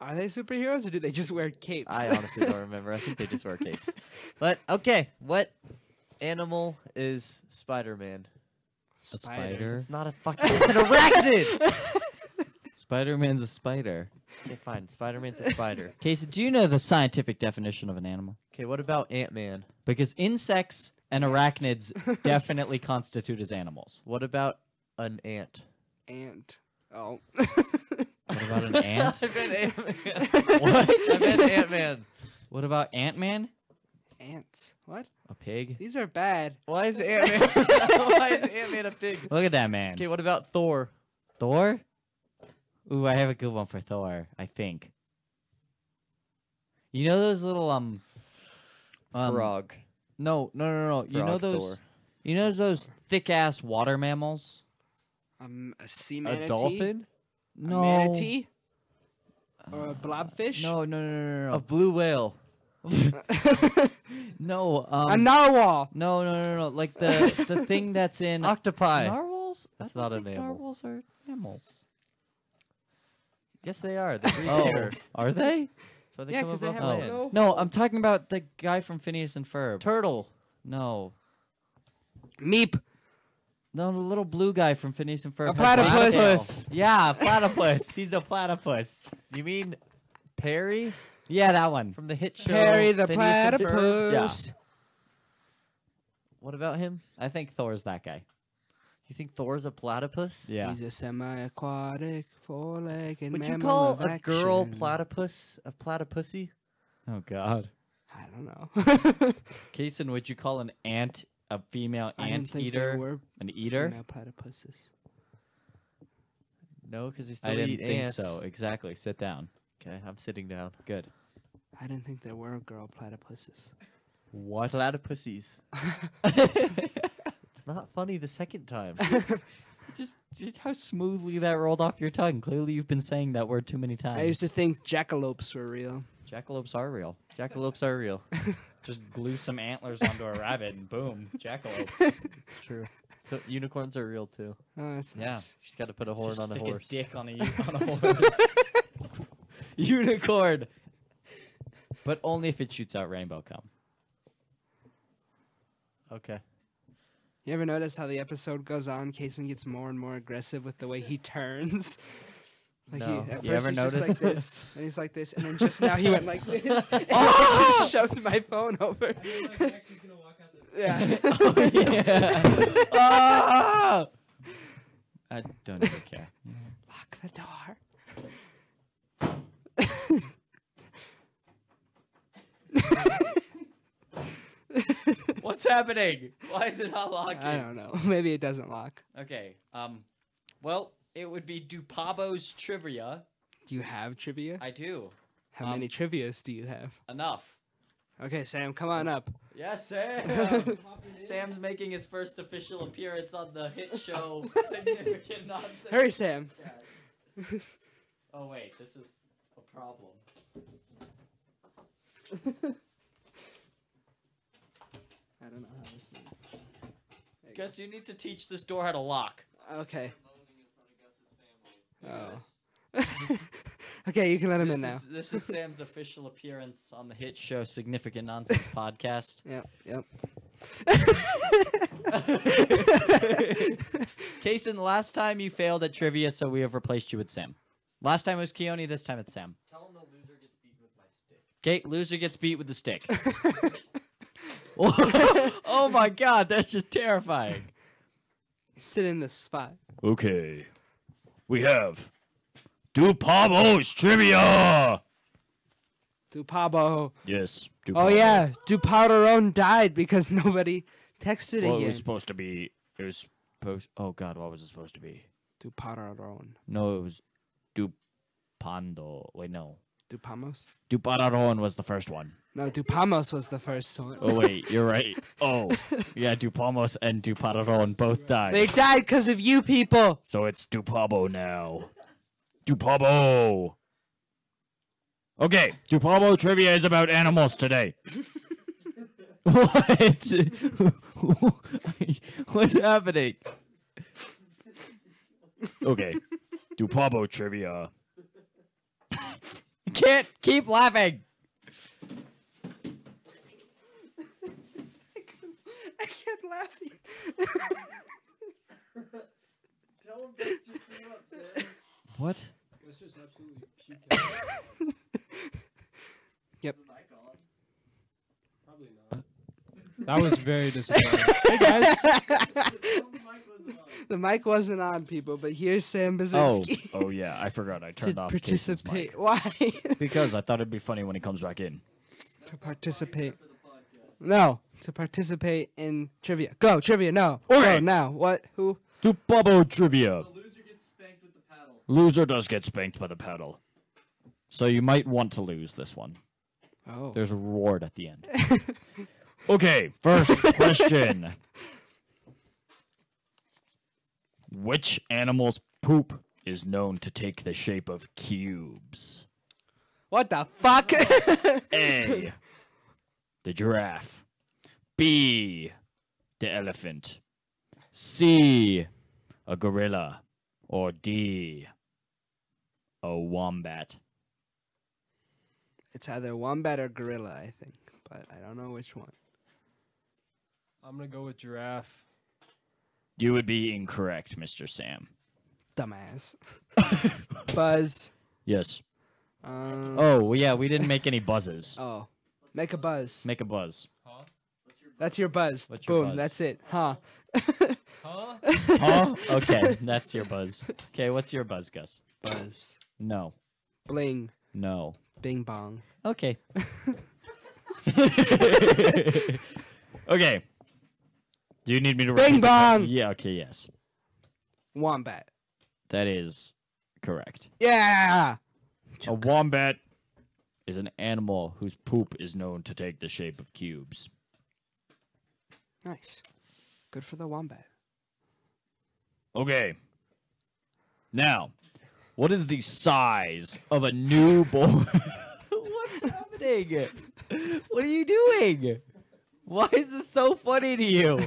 Speaker 2: Are they superheroes or do they just wear capes?
Speaker 1: I honestly don't remember. I think they just wear capes. But okay, what animal is Spider-Man?
Speaker 3: A spider.
Speaker 1: It's not a fucking it's an arachnid.
Speaker 3: Spider Man's a spider.
Speaker 1: Okay, fine. Spider-Man's a spider.
Speaker 3: Casey, do you know the scientific definition of an animal?
Speaker 1: Okay, what about Ant-Man?
Speaker 3: Because insects and arachnids definitely constitute as animals.
Speaker 1: What about an ant?
Speaker 2: Ant. Oh.
Speaker 3: What about an ant?
Speaker 1: I meant Ant-Man.
Speaker 3: What?
Speaker 1: I meant Ant-Man.
Speaker 3: What about Ant Man?
Speaker 2: Ants. What?
Speaker 3: A pig?
Speaker 2: These are bad.
Speaker 1: Why is Ant-Man? Why is Ant-Man a pig?
Speaker 3: Look at that man.
Speaker 1: Okay, what about Thor?
Speaker 3: Thor? Ooh, I have a good one for Thor, I think. You know those little um, um
Speaker 1: Frog.
Speaker 3: No, no, no, no. you know
Speaker 1: Frog
Speaker 3: those
Speaker 1: Thor.
Speaker 3: You know those thick ass water mammals?
Speaker 2: Um, a sea manatee.
Speaker 1: A dolphin?
Speaker 2: A
Speaker 3: No.
Speaker 2: manatee? or a blobfish?
Speaker 3: No, no, no, no, no,
Speaker 1: A
Speaker 3: no.
Speaker 1: blue whale.
Speaker 3: no,
Speaker 2: a
Speaker 3: um,
Speaker 2: narwhal.
Speaker 3: no, no, no, no. Like the the thing that's in
Speaker 1: Octopi.
Speaker 3: narwhals. I
Speaker 1: That's
Speaker 3: don't
Speaker 1: not a
Speaker 3: think
Speaker 1: mammal.
Speaker 3: Narwhals are mammals.
Speaker 1: Yes, they are. They breathe
Speaker 3: Oh,
Speaker 1: air.
Speaker 3: are they?
Speaker 1: So they
Speaker 2: Yeah,
Speaker 1: come
Speaker 2: 'cause they
Speaker 1: above
Speaker 2: have
Speaker 3: Oh.
Speaker 1: land.
Speaker 2: no-
Speaker 3: No, I'm talking about the guy from Phineas and Ferb.
Speaker 1: Turtle.
Speaker 3: No,
Speaker 2: Meep.
Speaker 3: no, the little blue guy from Phineas and Ferb.
Speaker 2: A
Speaker 3: has black
Speaker 2: platypus.
Speaker 3: tail.
Speaker 2: Platypus.
Speaker 3: Yeah, platypus. He's a platypus.
Speaker 1: You mean Perry
Speaker 3: Yeah, that one.
Speaker 1: from the hit show?
Speaker 2: Perry the
Speaker 1: Phineas and Ferb?
Speaker 2: platypus.
Speaker 1: What about him?
Speaker 3: I think Thor's that guy.
Speaker 1: You think Thor's a platypus?
Speaker 3: Yeah.
Speaker 2: He's a semi-aquatic four-legged
Speaker 1: Would
Speaker 2: mammal.
Speaker 1: you call
Speaker 2: of
Speaker 1: a girl
Speaker 2: action.
Speaker 1: platypus a platypussy?
Speaker 3: Oh God.
Speaker 2: I don't know.
Speaker 3: Kason, would you call an ant a female
Speaker 2: I didn't
Speaker 3: ant
Speaker 2: think they
Speaker 3: eater
Speaker 2: were
Speaker 3: an eater?
Speaker 2: female platypuses.
Speaker 1: No, because they still
Speaker 3: I didn't
Speaker 1: eat
Speaker 3: think
Speaker 1: ants.
Speaker 3: so. Exactly. Sit down.
Speaker 1: Okay, I'm sitting down.
Speaker 3: Good.
Speaker 2: I didn't think there were girl platypuses.
Speaker 1: What? Platypussies. It's not funny the second time.
Speaker 3: Just just how smoothly that rolled off your tongue. Clearly, you've been saying that word too many times.
Speaker 2: I used to think jackalopes were real.
Speaker 3: Jackalopes are real.
Speaker 1: Jackalopes are real.
Speaker 3: Just glue some antlers onto a rabbit and boom, jackalope.
Speaker 1: It's true. So unicorns are real too.
Speaker 2: Oh, that's
Speaker 3: Yeah.
Speaker 2: nice.
Speaker 1: She's got to put a horn
Speaker 3: Just
Speaker 1: on a
Speaker 3: stick
Speaker 1: horse.
Speaker 3: dick on a, u- on a horse. Unicorn. But only if it shoots out rainbow cum.
Speaker 1: Okay.
Speaker 2: You ever notice how the episode goes on? Kason gets more and more aggressive with the way he turns. Like
Speaker 1: No.
Speaker 2: he, at
Speaker 3: You
Speaker 2: first
Speaker 3: ever
Speaker 2: he's just
Speaker 3: notice?
Speaker 2: like this, and he's like this, and then just now he went like this. oh! just shoved my phone over. yeah.
Speaker 3: oh, yeah. Ah! I don't even care.
Speaker 2: Lock the door.
Speaker 3: What's happening? Why is it not locking?
Speaker 2: I don't know. Maybe it doesn't lock.
Speaker 3: Okay. Um. Well, it would be Dupabo's trivia.
Speaker 2: Do you have trivia?
Speaker 3: I do
Speaker 2: How
Speaker 3: um,
Speaker 2: many trivias do you have?
Speaker 3: enough.
Speaker 2: Okay, Sam, come on up.
Speaker 3: Yes, Sam. Sam's making his first official appearance on the hit show. Significant nonsense.
Speaker 2: Hurry, Sam.
Speaker 3: Oh wait, this is a problem.
Speaker 2: I don't know how this works.
Speaker 3: Gus, you need to teach this door how to lock.
Speaker 2: Okay. Oh. okay, you can let him
Speaker 3: This
Speaker 2: in now.
Speaker 3: is, this is Sam's official appearance on the hit show Significant Nonsense podcast.
Speaker 2: Yep, yep.
Speaker 3: Kason, last time you failed at trivia, so we have replaced you with Sam. Last time it was Keone, this time it's Sam.
Speaker 1: Tell him the loser gets beaten with my stick.
Speaker 3: Okay, loser gets beat with the stick. oh my god, that's just terrifying.
Speaker 2: Sit in the spot.
Speaker 4: Okay. We have Dupabo's trivia.
Speaker 2: Do Pablo.
Speaker 4: Yes.
Speaker 2: Oh yeah, Duparon died because nobody texted
Speaker 4: Well, it was
Speaker 2: again.
Speaker 4: supposed to be. It was supposed. Oh God, what was it supposed to be?
Speaker 2: Duparon.
Speaker 4: No, it was Dupando. Wait, no.
Speaker 2: Dupamos?
Speaker 4: Dupararon was the first one.
Speaker 2: No, Dupamos was the first one.
Speaker 4: Oh wait, you're right. Oh, yeah, Dupamos and Dupararon both died.
Speaker 2: They died because of you people.
Speaker 4: So it's Dupabo now. Dupabo. Okay, Dupabo trivia is about animals today.
Speaker 3: What? What's happening?
Speaker 4: Okay, Dupabo trivia.
Speaker 3: Can't keep laughing.
Speaker 2: I kept laughing.
Speaker 3: What?
Speaker 2: Yep.
Speaker 5: That was very disappointing. hey guys,
Speaker 2: The mic wasn't on, people, but here's Sam
Speaker 4: Oh,
Speaker 2: Basinski.
Speaker 4: oh yeah, I forgot. I
Speaker 2: to
Speaker 4: turned off Jason's mic
Speaker 2: participate. Why?
Speaker 4: because I thought it'd be funny when he comes back in.
Speaker 2: to participate. No, to participate in trivia. Go trivia. No. Go
Speaker 4: Okay.
Speaker 2: now. What? Who?
Speaker 4: Dupabo trivia.
Speaker 1: Loser gets spanked with the paddle.
Speaker 4: Loser does get spanked by the paddle, so you might want to lose this one.
Speaker 2: Oh.
Speaker 4: There's a reward at the end. okay, first question. Which animal's poop is known to take the shape of cubes?
Speaker 2: What the fuck?
Speaker 4: A. The giraffe. B. The elephant. C. A gorilla. Or D. A wombat.
Speaker 2: it's either wombat or gorilla, I think, but I don't know which one.
Speaker 5: I'm gonna go with giraffe.
Speaker 4: You would be incorrect, Mr. Sam.
Speaker 2: Dumbass. buzz.
Speaker 4: Yes.
Speaker 2: Um,
Speaker 4: Oh, well, yeah, we didn't make any buzzes.
Speaker 2: oh. Make a buzz.
Speaker 4: Make a buzz.
Speaker 2: That's your buzz.
Speaker 4: What's your
Speaker 2: Boom.
Speaker 4: buzz?
Speaker 2: That's it. Huh.
Speaker 5: Huh?
Speaker 4: Huh? Okay, that's your buzz. Okay, what's your buzz, Gus?
Speaker 2: Buzz.
Speaker 4: No.
Speaker 2: Bling.
Speaker 4: No.
Speaker 2: Bing bong.
Speaker 4: Okay. okay. Do you need me to
Speaker 2: Bing
Speaker 4: repeat the-
Speaker 2: bong.
Speaker 4: Yeah, okay, yes.
Speaker 2: Wombat.
Speaker 4: That is correct.
Speaker 2: Yeah.
Speaker 4: A wombat is an animal whose poop is known to take the shape of cubes.
Speaker 2: Nice. Good for the wombat.
Speaker 4: Okay. Now, what is the size of a newborn?
Speaker 3: What's happening? What are you doing? Why is this so funny to you?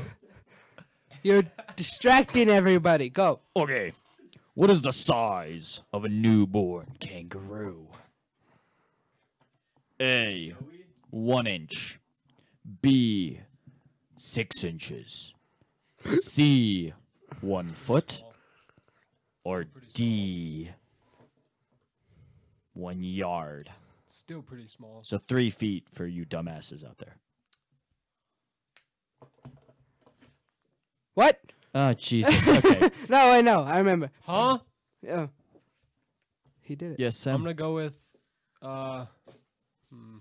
Speaker 2: You're distracting everybody. Go.
Speaker 4: okay. What is the size of a newborn kangaroo? A. One inch. B. Six inches. C. One foot. Or D. One yard.
Speaker 5: Still pretty small.
Speaker 4: So three feet for you dumbasses out there.
Speaker 2: What?
Speaker 4: Oh Jesus! Okay.
Speaker 2: No, I know. I remember.
Speaker 5: Huh?
Speaker 2: Yeah. He did it.
Speaker 4: yes, Sam.
Speaker 5: I'm gonna go with uh hmm,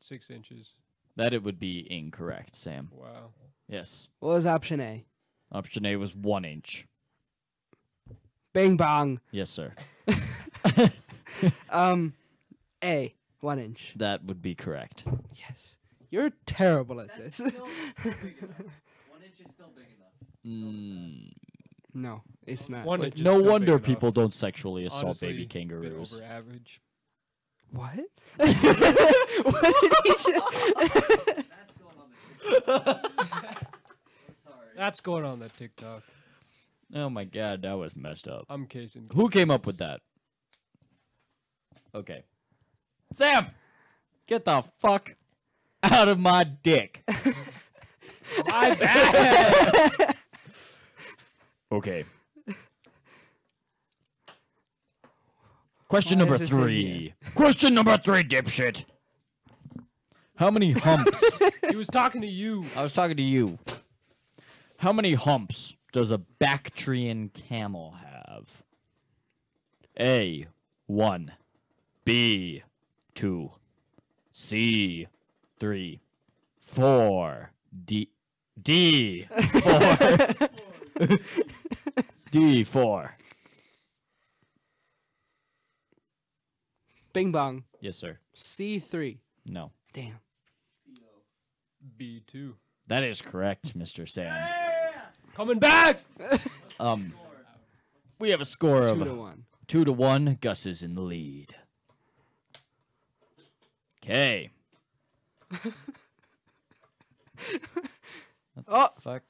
Speaker 5: six inches.
Speaker 4: That it would be incorrect, Sam.
Speaker 5: Wow.
Speaker 4: Yes.
Speaker 2: What was option A?
Speaker 4: Option A was one inch.
Speaker 2: Bing bong.
Speaker 4: Yes, sir.
Speaker 2: Um, A. One inch.
Speaker 4: That would be correct.
Speaker 2: Yes. You're terrible at this.
Speaker 3: One inch is still big enough.
Speaker 4: Mm,
Speaker 2: no, it's not.
Speaker 5: One
Speaker 2: Wait,
Speaker 5: inch is
Speaker 4: no
Speaker 5: still big
Speaker 4: wonder
Speaker 5: enough.
Speaker 4: people don't sexually assault
Speaker 5: Honestly,
Speaker 4: baby
Speaker 5: bit
Speaker 4: kangaroos.
Speaker 5: over average.
Speaker 2: What? what did he just...
Speaker 3: That's going on the Sorry.
Speaker 5: That's going on the TikTok.
Speaker 4: Oh my god, that was messed up.
Speaker 5: I'm casing.
Speaker 4: Who came up with that? Okay. Sam! Get the fuck out of my dick. my bad! okay. Question
Speaker 2: Why
Speaker 4: number
Speaker 2: is this in
Speaker 4: three. Question number three, dipshit. How many humps?
Speaker 5: He was talking to you.
Speaker 4: I was talking to you. How many humps does a Bactrian camel have? A. One. B. Two. C. Three. Four. D. D. Four. D. Four.
Speaker 2: Bing bong.
Speaker 4: Yes, sir.
Speaker 2: C3.
Speaker 4: No.
Speaker 2: Damn.
Speaker 5: B two.
Speaker 4: That is correct, Mr. Sam.
Speaker 5: Coming back.
Speaker 4: Um, we have a score of
Speaker 2: Two to one.
Speaker 4: Two to one, Gus is in the lead. Okay.
Speaker 2: Oh!
Speaker 4: Fuck.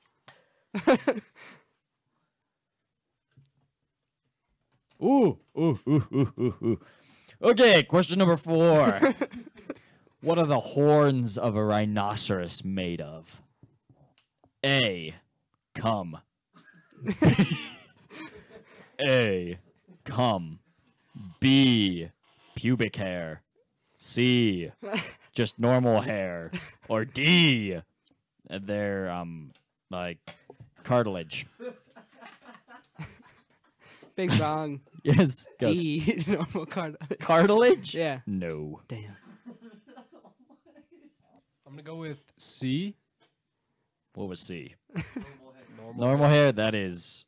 Speaker 4: Ooh, ooh, ooh, ooh, ooh, ooh. Okay, question number four. what are the horns of a rhinoceros made of? A. Cum. A. Cum. B. Pubic hair. C. Just normal hair. Or D. Their um like cartilage.
Speaker 2: Bing bong.
Speaker 4: Yes. Gus.
Speaker 2: D. Normal card.
Speaker 4: Cartilage?
Speaker 2: yeah.
Speaker 4: No.
Speaker 2: Damn.
Speaker 5: I'm gonna go with C.
Speaker 4: What was C?
Speaker 5: Normal.
Speaker 4: Normal hair. That is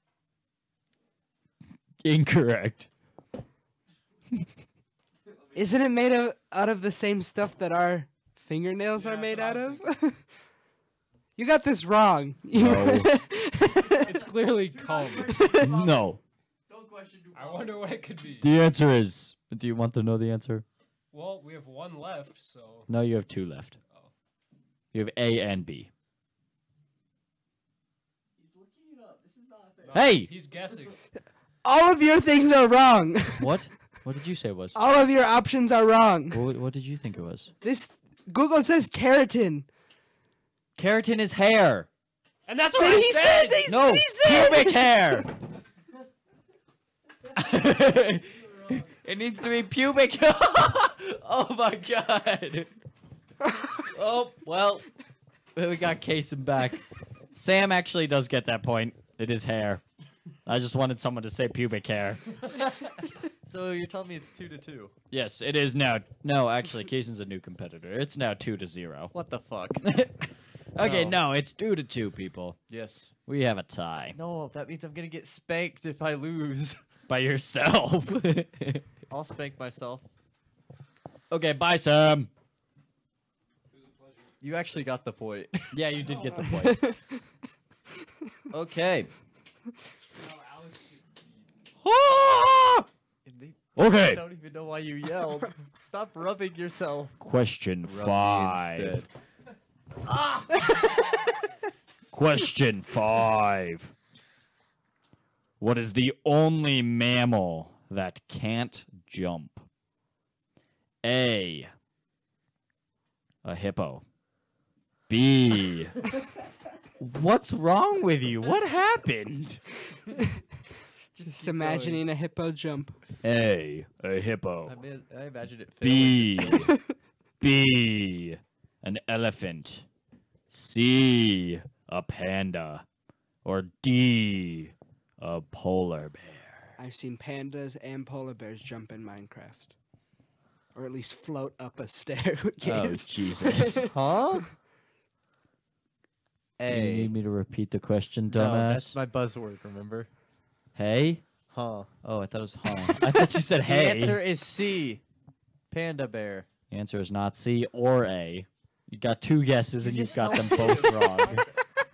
Speaker 4: incorrect.
Speaker 2: Isn't it made of out of the same stuff that our fingernails are made out of? you got this wrong.
Speaker 4: No.
Speaker 5: It's clearly cum.
Speaker 4: no.
Speaker 3: Don't question
Speaker 5: I wonder what it could be.
Speaker 4: The answer is. Do you want to know the answer?
Speaker 5: Well, we have one left, so
Speaker 4: No, you have two left.
Speaker 5: Oh.
Speaker 4: You have A and B.
Speaker 1: He's looking it up. This is not fair.
Speaker 5: No,
Speaker 4: Hey!
Speaker 5: he's guessing.
Speaker 2: All of your things are wrong.
Speaker 4: What? what did you say it was?
Speaker 2: All of your options are wrong.
Speaker 4: What, what did you think it was?
Speaker 2: This Google says keratin.
Speaker 4: Keratin is hair.
Speaker 5: And that's
Speaker 2: But
Speaker 5: what I
Speaker 2: he
Speaker 5: said.
Speaker 2: said he,
Speaker 4: No,
Speaker 2: he said
Speaker 4: pubic hair. it needs to be pubic.
Speaker 3: Oh my god. oh well.
Speaker 4: we got Kason back. Sam actually does get that point. It is hair. I just wanted someone to say pubic hair.
Speaker 1: So you're telling me it's two to two?
Speaker 4: Yes, it is now. No, actually, Kason's a new competitor. It's now two to zero.
Speaker 1: What the fuck?
Speaker 4: okay,
Speaker 1: No.
Speaker 4: no, it's two to two, people.
Speaker 1: yes.
Speaker 4: We have a tie
Speaker 1: No, that means I'm gonna get spanked if I lose.
Speaker 4: by yourself.
Speaker 1: I'll spank myself.
Speaker 4: okay, bye, Sam.
Speaker 1: You actually got the point.
Speaker 4: Yeah, you did get the point.
Speaker 1: okay. Ah! I
Speaker 4: okay,
Speaker 1: don't even know why you yelled. Stop rubbing yourself.
Speaker 4: question five.
Speaker 1: instead.
Speaker 4: Question five. What is the only mammal that can't jump? A. A hippo. B. What's wrong with you? What happened?
Speaker 2: Just imagining a hippo jump.
Speaker 4: A. A
Speaker 1: I,
Speaker 4: hippo.
Speaker 1: mean, I imagine it. failing.
Speaker 4: B. B. An elephant. C. A panda. Or D. A polar bear.
Speaker 2: I've seen pandas and polar bears jump in Minecraft. Or at least float up a
Speaker 4: Oh,
Speaker 2: staircase.
Speaker 4: Jesus.
Speaker 1: Huh?
Speaker 4: You
Speaker 1: A.
Speaker 4: need me to repeat the question,
Speaker 1: No, that's
Speaker 4: dumbass?
Speaker 1: my buzzword. Remember?
Speaker 4: hey?
Speaker 1: Huh.
Speaker 4: Oh, I thought it was huh. I thought you said hey.
Speaker 1: The answer is C. Panda bear.
Speaker 4: The answer is not C or A. You got two guesses and you
Speaker 1: just
Speaker 4: got them
Speaker 1: don't
Speaker 4: both wrong.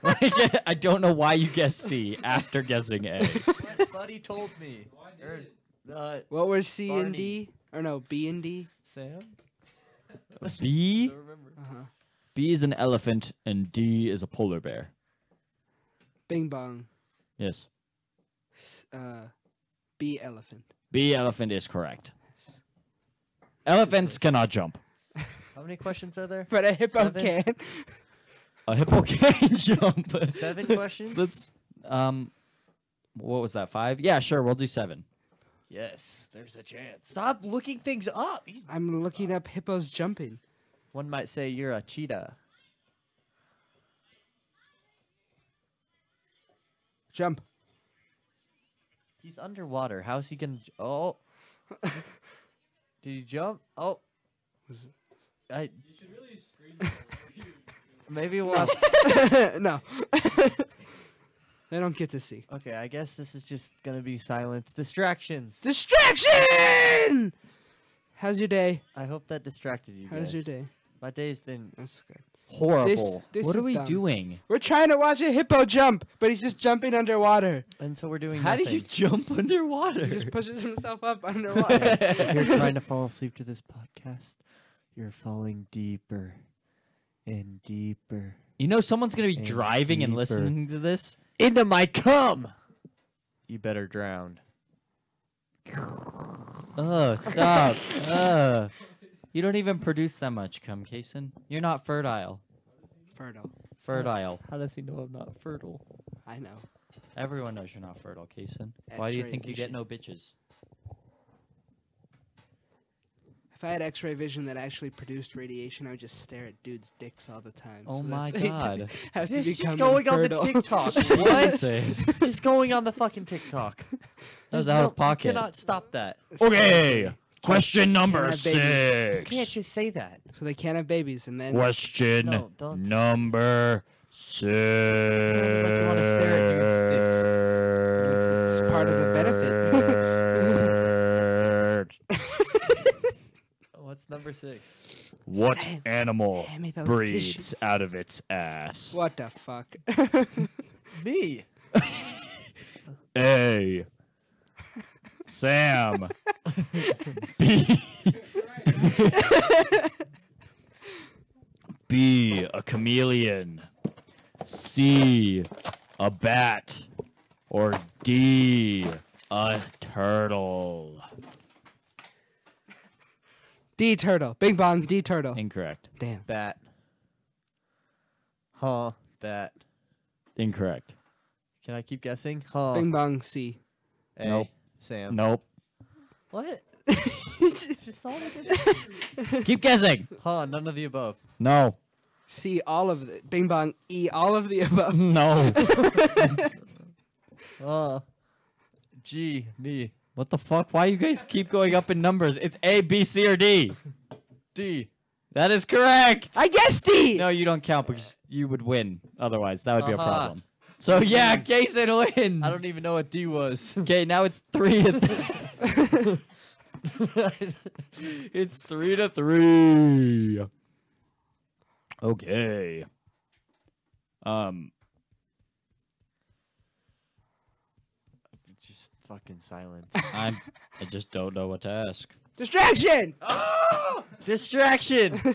Speaker 4: Like, I don't know why you guessed C after guessing A.
Speaker 1: My buddy told me. Or, uh,
Speaker 2: what were C and
Speaker 1: Barney.
Speaker 2: D? Or no, B and D?
Speaker 1: Sam.
Speaker 4: B?
Speaker 1: I remember.
Speaker 2: Uh-huh.
Speaker 4: B is an elephant and D is a polar bear.
Speaker 2: Bing bong.
Speaker 4: Yes.
Speaker 2: Uh, B elephant.
Speaker 4: B elephant is correct. Elephants cannot jump.
Speaker 1: How many questions are there?
Speaker 2: But a hippo
Speaker 1: Seven.
Speaker 2: can.
Speaker 4: A hippo can jump.
Speaker 1: Seven questions.
Speaker 4: Let's um what was that? 5? Yeah, sure, we'll do 7.
Speaker 1: Yes, there's a chance. Stop looking things up. He's-
Speaker 2: I'm looking up hippos jumping.
Speaker 1: One might say you're a cheetah.
Speaker 2: Jump.
Speaker 1: He's underwater. How's he gonna? j- Oh, did he jump? Oh,
Speaker 2: Was
Speaker 1: I. Maybe we'll. Have...
Speaker 2: no. they don't get to see.
Speaker 1: Okay, I guess this is just gonna be silence. Distractions.
Speaker 2: Distraction! How's your day?
Speaker 1: I hope that distracted you.
Speaker 2: How's your
Speaker 1: guys.
Speaker 2: day?
Speaker 1: My day's been.
Speaker 2: That's good.
Speaker 4: Horrible.
Speaker 2: this
Speaker 4: what
Speaker 2: is
Speaker 4: are we
Speaker 2: dumb.
Speaker 4: doing?
Speaker 2: We're trying to watch a hippo jump, but he's just jumping underwater.
Speaker 1: And so we're doing.
Speaker 4: How do you
Speaker 1: nothing.
Speaker 4: jump underwater?
Speaker 2: He just pushes himself up underwater.
Speaker 1: You're trying to fall asleep to this podcast. You're falling deeper and deeper
Speaker 4: you know someone's going to be
Speaker 1: And
Speaker 4: driving and
Speaker 1: deeper.
Speaker 4: listening to this.
Speaker 1: into my cum. You better drown.
Speaker 4: Oh, stop. Ugh. You don't even produce that much cum, Kason. You're not fertile.
Speaker 2: Fertile.
Speaker 4: Fertile.
Speaker 1: How does he know I'm not fertile?
Speaker 2: I know.
Speaker 4: Everyone knows you're not fertile, Kason. Why do you
Speaker 2: X-ray
Speaker 4: think you get
Speaker 2: vision.
Speaker 4: no bitches?
Speaker 2: If I had X-ray vision that actually produced radiation, I would just stare at dudes' dicks all the time.
Speaker 4: Oh
Speaker 2: so that
Speaker 4: my
Speaker 2: they
Speaker 4: God.
Speaker 2: have to
Speaker 1: This is
Speaker 2: become
Speaker 1: going on the
Speaker 2: infertile.
Speaker 1: TikTok.
Speaker 4: What?
Speaker 1: What? Just going on the fucking TikTok.
Speaker 4: That was
Speaker 1: There's
Speaker 4: out
Speaker 1: no-
Speaker 4: of pocket.
Speaker 1: You cannot stop that.
Speaker 4: Okay. Question
Speaker 2: Can I
Speaker 4: number
Speaker 2: have babies?
Speaker 1: You can't just say that.
Speaker 2: So they can't have babies, and then
Speaker 4: Question
Speaker 1: No, don't.
Speaker 4: number six.
Speaker 1: like you wanna stare at dudes'
Speaker 2: It's part of the benefit.
Speaker 1: What's number six?
Speaker 4: what
Speaker 2: Sam,
Speaker 4: animal
Speaker 2: hand me those
Speaker 4: breathes
Speaker 2: tissues.
Speaker 4: out of its ass?
Speaker 2: what the fuck?
Speaker 1: Me.
Speaker 4: A. Sam. B. B. A chameleon. C. A bat. Or D. A turtle.
Speaker 2: D turtle. Big bomb. D turtle.
Speaker 4: Incorrect.
Speaker 2: Damn.
Speaker 1: Bat. Huh. Bat.
Speaker 4: Incorrect.
Speaker 1: Can I keep guessing? Huh.
Speaker 2: Bing bong C.
Speaker 1: Hey,
Speaker 4: Nope.
Speaker 1: Sam.
Speaker 4: Nope.
Speaker 1: What? Just all of
Speaker 4: Keep guessing.
Speaker 1: Huh. None of the above.
Speaker 4: No.
Speaker 2: C. All of the. Bing bong E. All of the above.
Speaker 4: No.
Speaker 1: Uh. G. Me.
Speaker 4: what the fuck? Why you guys keep going up in numbers? It's A, B, C, or D.
Speaker 1: D.
Speaker 4: That is correct.
Speaker 2: I guessed D.
Speaker 4: No, you don't count because you would win. Otherwise, that would be a
Speaker 1: Uh-huh.
Speaker 4: problem. So yeah, Jason wins.
Speaker 1: I don't even know what D was.
Speaker 4: Okay, now it's three. To it's three to three. Okay. Um.
Speaker 1: Just fucking silence.
Speaker 4: I'm. I just don't know what to ask.
Speaker 2: Distraction.
Speaker 1: Distraction.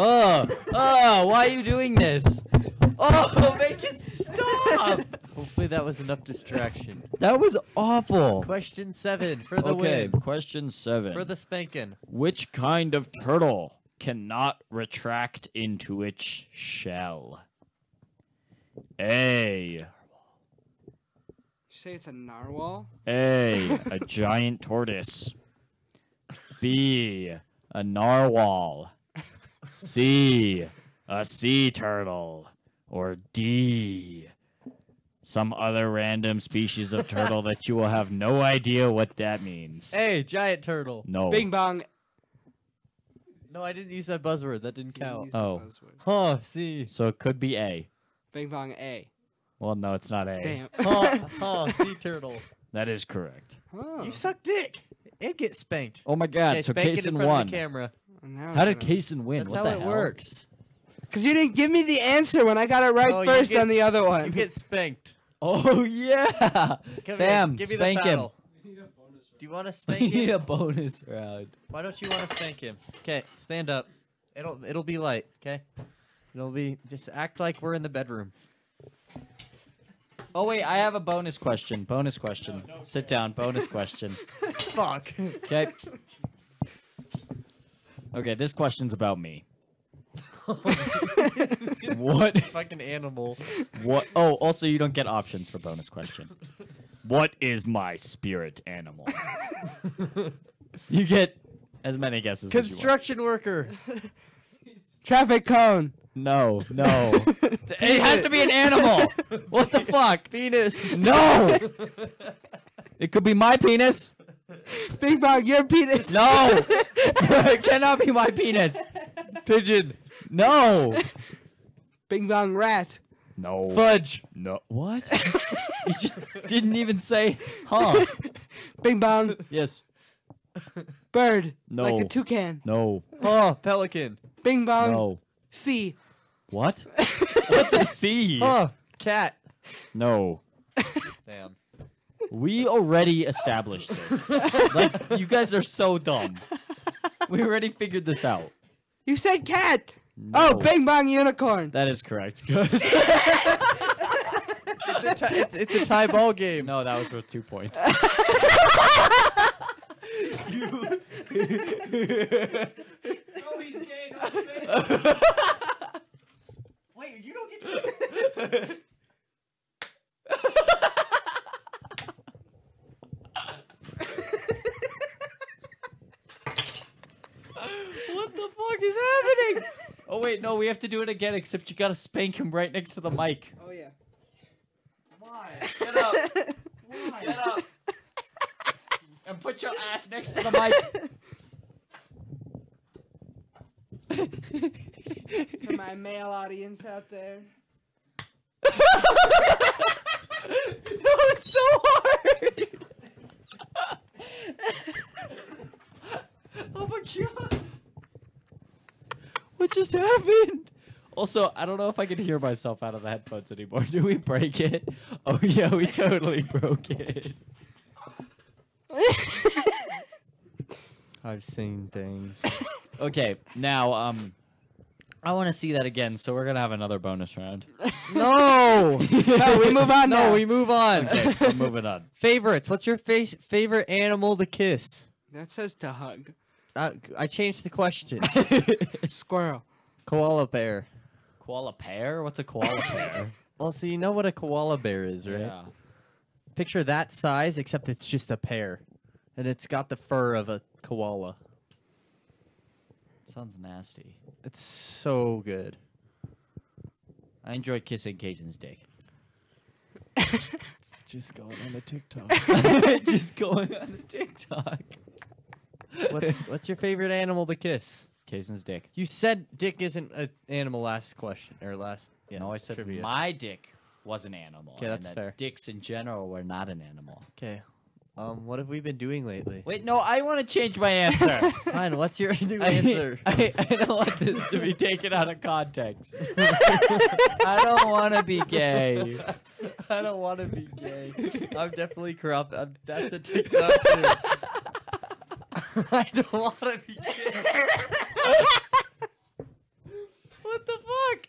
Speaker 4: Oh, oh! Why are you doing this? Oh, make it stop!
Speaker 1: Hopefully that was enough distraction.
Speaker 4: That was awful.
Speaker 1: Question seven for the
Speaker 4: Okay,
Speaker 1: win.
Speaker 4: question seven.
Speaker 1: For the spanking.
Speaker 4: Which kind of turtle cannot retract into its shell? A.
Speaker 2: Did you say it's a narwhal?
Speaker 4: A. A giant tortoise. B. A narwhal. C. A sea turtle. Or D. Some other random species of turtle that you will have no idea what that means.
Speaker 1: Hey, giant turtle.
Speaker 4: No.
Speaker 2: Bing bong.
Speaker 1: No, I didn't use that buzzword. That didn't count.
Speaker 4: Oh.
Speaker 1: Huh. C.
Speaker 4: So it could be A.
Speaker 2: Bing bong A.
Speaker 4: Well, no, it's not A.
Speaker 2: Damn.
Speaker 1: Huh. Huh. Sea turtle.
Speaker 4: That is correct.
Speaker 2: Oh.
Speaker 1: You suck dick. And get spanked.
Speaker 4: Oh my god,
Speaker 1: Okay,
Speaker 4: so
Speaker 1: spank it in
Speaker 4: Kaysen
Speaker 1: front
Speaker 4: won.
Speaker 1: Of the camera.
Speaker 4: How did Kaysen win?
Speaker 1: That's
Speaker 4: what
Speaker 1: how
Speaker 4: the
Speaker 1: it
Speaker 4: hell?
Speaker 1: works.
Speaker 2: Because you didn't give me the answer when I got it right
Speaker 1: No, Oh, you
Speaker 2: first
Speaker 1: get-
Speaker 2: on the other
Speaker 1: You
Speaker 2: one.
Speaker 1: get spanked.
Speaker 4: Oh yeah.
Speaker 1: Come
Speaker 4: Sam,
Speaker 1: here, give me
Speaker 4: spank
Speaker 1: the
Speaker 4: him.
Speaker 1: paddle. Do you want to
Speaker 4: We
Speaker 1: spank him?
Speaker 4: bonus round.
Speaker 1: Why don't you want to spank him? Okay, stand up. It'll it'll be light. Okay, it'll be just act like we're in the bedroom.
Speaker 4: Oh wait, I have a bonus question. Bonus question. Sit down. Bonus question.
Speaker 1: Fuck.
Speaker 4: Okay. Okay, this question's about me. What?
Speaker 1: Fucking animal.
Speaker 4: What? Oh, also you don't get options for bonus question. What is my spirit animal? you get as many guesses. as you want.
Speaker 1: Construction worker.
Speaker 2: Traffic cone.
Speaker 4: No, no. it has to be an animal. What the fuck?
Speaker 1: Penis.
Speaker 4: No. It could be my penis.
Speaker 2: Bing bong, your penis.
Speaker 4: No. it cannot be my penis. Pigeon. No.
Speaker 2: Bing bong rat.
Speaker 4: No.
Speaker 1: Fudge.
Speaker 4: No. What? you just oh. didn't even say, huh?
Speaker 2: Bing bong
Speaker 4: Yes.
Speaker 2: bird.
Speaker 4: No.
Speaker 2: Like a toucan.
Speaker 4: No.
Speaker 1: Oh, pelican.
Speaker 2: Bing bong
Speaker 4: No.
Speaker 2: C.
Speaker 4: What? What's a C?
Speaker 1: Oh, cat.
Speaker 4: No.
Speaker 1: Damn.
Speaker 4: We already established this. like, you guys are so dumb. We already figured this out.
Speaker 2: You said cat. Oh,
Speaker 4: No.
Speaker 2: bing bong unicorn.
Speaker 4: That is correct. guys.
Speaker 1: It's a, ti- it's, it's a tie ball game.
Speaker 4: no, that was worth two points.
Speaker 1: Wait, you don't get. To...
Speaker 4: What the fuck is happening? Oh wait, no, we have to do it again. Except you gotta spank him right next to the mic.
Speaker 2: Oh, yeah.
Speaker 1: Why?
Speaker 4: Get up, get up, and put your ass next to the mic.
Speaker 2: For my male audience out there.
Speaker 4: That was so hard. oh my god! What just happened?
Speaker 6: Also, I don't know if I can hear myself out of the headphones anymore. Do we break it? Oh yeah, we totally broke it.
Speaker 3: I've seen things. okay, now um, I want to see that again. So we're gonna have another bonus round.
Speaker 1: No.
Speaker 3: no,
Speaker 1: we move on
Speaker 3: No,
Speaker 1: now.
Speaker 3: we move on. Okay, we're moving on.
Speaker 1: Favorites. What's your face favorite animal to kiss?
Speaker 2: That says to hug.
Speaker 1: I, I changed the question.
Speaker 2: Squirrel.
Speaker 1: koala bear.
Speaker 6: Koala pear? What's a koala pear?
Speaker 1: Well, so you know what a koala bear is, right?
Speaker 6: Yeah.
Speaker 1: Picture that size, except it's just a pear, and it's got the fur of a koala.
Speaker 3: Sounds nasty.
Speaker 1: It's so good.
Speaker 3: I enjoy kissing Kaysen's dick.
Speaker 7: Just going on the TikTok.
Speaker 6: Just going on the TikTok.
Speaker 1: What, what's your favorite animal to kiss?
Speaker 3: Kaysen's dick.
Speaker 1: You said dick isn't an animal last question or last. Yeah,
Speaker 3: no, I said
Speaker 1: trivia.
Speaker 3: my dick was an animal.
Speaker 1: Okay,
Speaker 3: and
Speaker 1: that's
Speaker 3: that
Speaker 1: fair.
Speaker 3: Dicks in general were not an animal.
Speaker 1: Okay. Um, what have we been doing lately?
Speaker 3: Wait, no, I want to change my answer.
Speaker 1: Fine. What's your new
Speaker 3: I-
Speaker 1: answer?
Speaker 3: I, I don't want this to be taken out of context.
Speaker 6: I don't want to be gay.
Speaker 1: I don't want to be gay. I'm definitely corrupt. I'm, that's a TikTok. too. I don't want to be gay. what the fuck?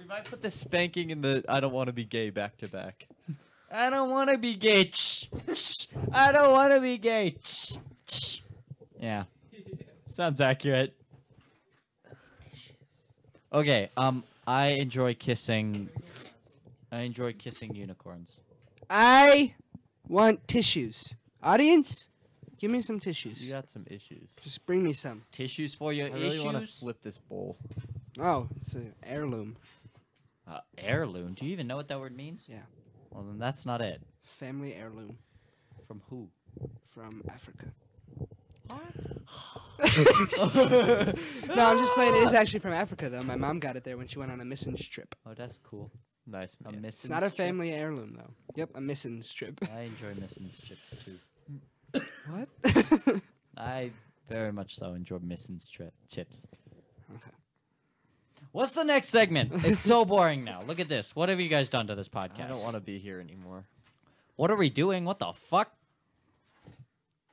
Speaker 1: We might put the spanking and the I don't want to be gay back to back.
Speaker 3: I don't want to be gay. Tch, tch. I don't want to be gay. Tch, tch. Yeah, sounds accurate. Okay, um, I enjoy kissing. I enjoy kissing unicorns.
Speaker 2: I want tissues. Audience, give me some tissues.
Speaker 1: You got some issues.
Speaker 2: Just bring me some.
Speaker 3: Tissues for your
Speaker 1: I really want to
Speaker 3: issues.
Speaker 1: flip this bowl.
Speaker 2: Oh, it's an heirloom.
Speaker 3: uh, heirloom. Do you even know what that word means?
Speaker 2: Yeah.
Speaker 3: Well, then that's not it.
Speaker 2: Family heirloom
Speaker 3: From who?
Speaker 2: from Africa. no, I'm just playing. It is actually from Africa, though. My mom got it there when she went on a missions trip.
Speaker 3: Oh, that's cool.
Speaker 1: Nice
Speaker 3: A
Speaker 1: man.
Speaker 3: missus
Speaker 2: It's not a
Speaker 3: chip.
Speaker 2: family heirloom, though. Yep, a missions trip.
Speaker 3: I enjoy missing trips too.
Speaker 2: what?
Speaker 3: I very much so enjoy missing trip chips.
Speaker 2: Okay.
Speaker 3: What's the next segment? It's so boring now. Look at this. What have you guys done to this podcast?
Speaker 1: I don't want to be here anymore.
Speaker 3: What are we doing? What the fuck?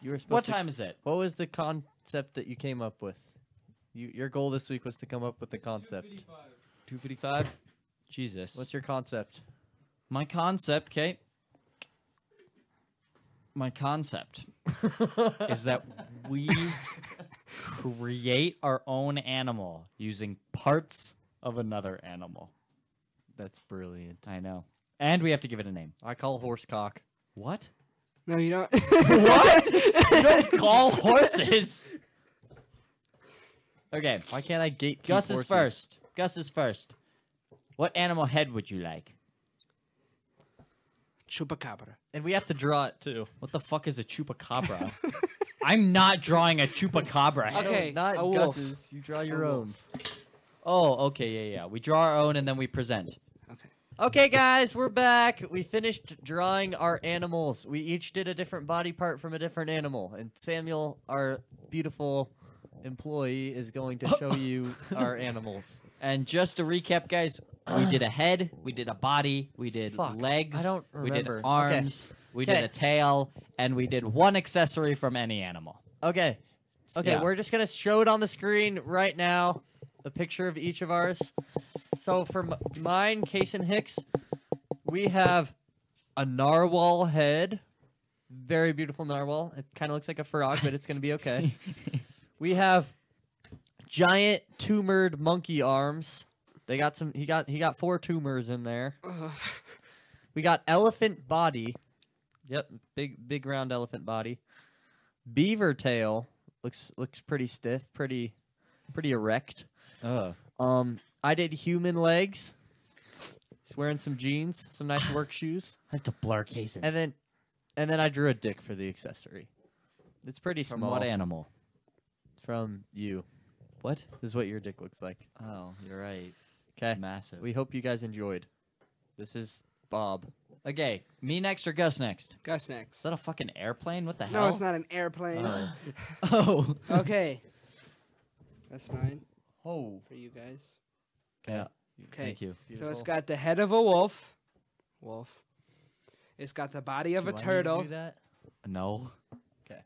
Speaker 1: You were supposed
Speaker 3: What
Speaker 1: to-
Speaker 3: time is it?
Speaker 1: What was the concept that you came up with? You, your goal this week was to come up with the concept. Two fifty five.
Speaker 3: Jesus.
Speaker 1: What's your concept?
Speaker 3: my concept, Kate? My concept is that we create our own animal using parts of another animal.
Speaker 1: That's brilliant.
Speaker 3: I know. And we have to give it a name.
Speaker 1: I call horse cock.
Speaker 3: What?
Speaker 2: No, you don't.
Speaker 3: You don't call horses. Okay.
Speaker 1: Why can't I gate?
Speaker 3: Gus is first. Gus is first. What animal head would you like?
Speaker 2: Chupacabra.
Speaker 1: and we have to draw it too.
Speaker 3: What the fuck is a chupacabra? I'm not drawing a chupacabra head.
Speaker 2: Okay,
Speaker 1: not
Speaker 2: a wolf.
Speaker 1: Gus's. You draw your
Speaker 2: A
Speaker 1: own.
Speaker 3: Oh, okay, yeah, yeah. We draw our own and then we present.
Speaker 2: Okay.
Speaker 1: Okay, guys, we're back. We finished drawing our animals. We each did a different body part from a different animal, and Samuel, our beautiful employee, is going to show you our animals.
Speaker 3: And just to recap, guys, we did a head, we did a body, we did
Speaker 1: Fuck,
Speaker 3: legs,
Speaker 1: I don't
Speaker 3: we did
Speaker 1: remember. Okay.
Speaker 3: arms, we did
Speaker 1: Okay.
Speaker 3: a tail, and we did one accessory from any animal.
Speaker 1: Okay. Okay,
Speaker 3: Yeah.
Speaker 1: we're just gonna show it on the screen right now. A picture of each of ours. So for m- mine, Case and Hicks, we have a narwhal head. Very beautiful narwhal. It kind of looks like a frog, but it's gonna be okay. we have giant tumored monkey arms. They got some. He got he got four tumors in there.
Speaker 2: Ugh.
Speaker 1: We got elephant body. Yep, big big round elephant body. Beaver tail looks looks pretty stiff, pretty pretty erect.
Speaker 3: Ugh.
Speaker 1: Um I did human legs. He's wearing some jeans, some nice work shoes.
Speaker 3: I have to blur cases.
Speaker 1: And then and then I drew a dick for the accessory. It's pretty
Speaker 3: from
Speaker 1: small
Speaker 3: what animal?
Speaker 1: from you.
Speaker 3: What?
Speaker 1: This is what your dick looks like.
Speaker 3: Oh, you're right.
Speaker 1: Okay.
Speaker 3: Massive.
Speaker 1: We hope you guys enjoyed. This is Bob.
Speaker 3: Okay, me next or Gus next?
Speaker 2: Gus
Speaker 3: Is
Speaker 2: next.
Speaker 3: that a fucking airplane? What the
Speaker 2: No,
Speaker 3: hell?
Speaker 2: it's not an airplane.
Speaker 3: Oh. oh.
Speaker 2: Okay. That's mine
Speaker 1: Oh.
Speaker 2: for you guys.
Speaker 1: Yeah.
Speaker 2: Okay.
Speaker 3: Thank you.
Speaker 2: So it's
Speaker 8: Beautiful.
Speaker 2: got the head of a wolf. Wolf. It's got the body of
Speaker 1: Do I
Speaker 2: a
Speaker 1: need to
Speaker 2: turtle.
Speaker 1: do that?
Speaker 3: No.
Speaker 1: Okay.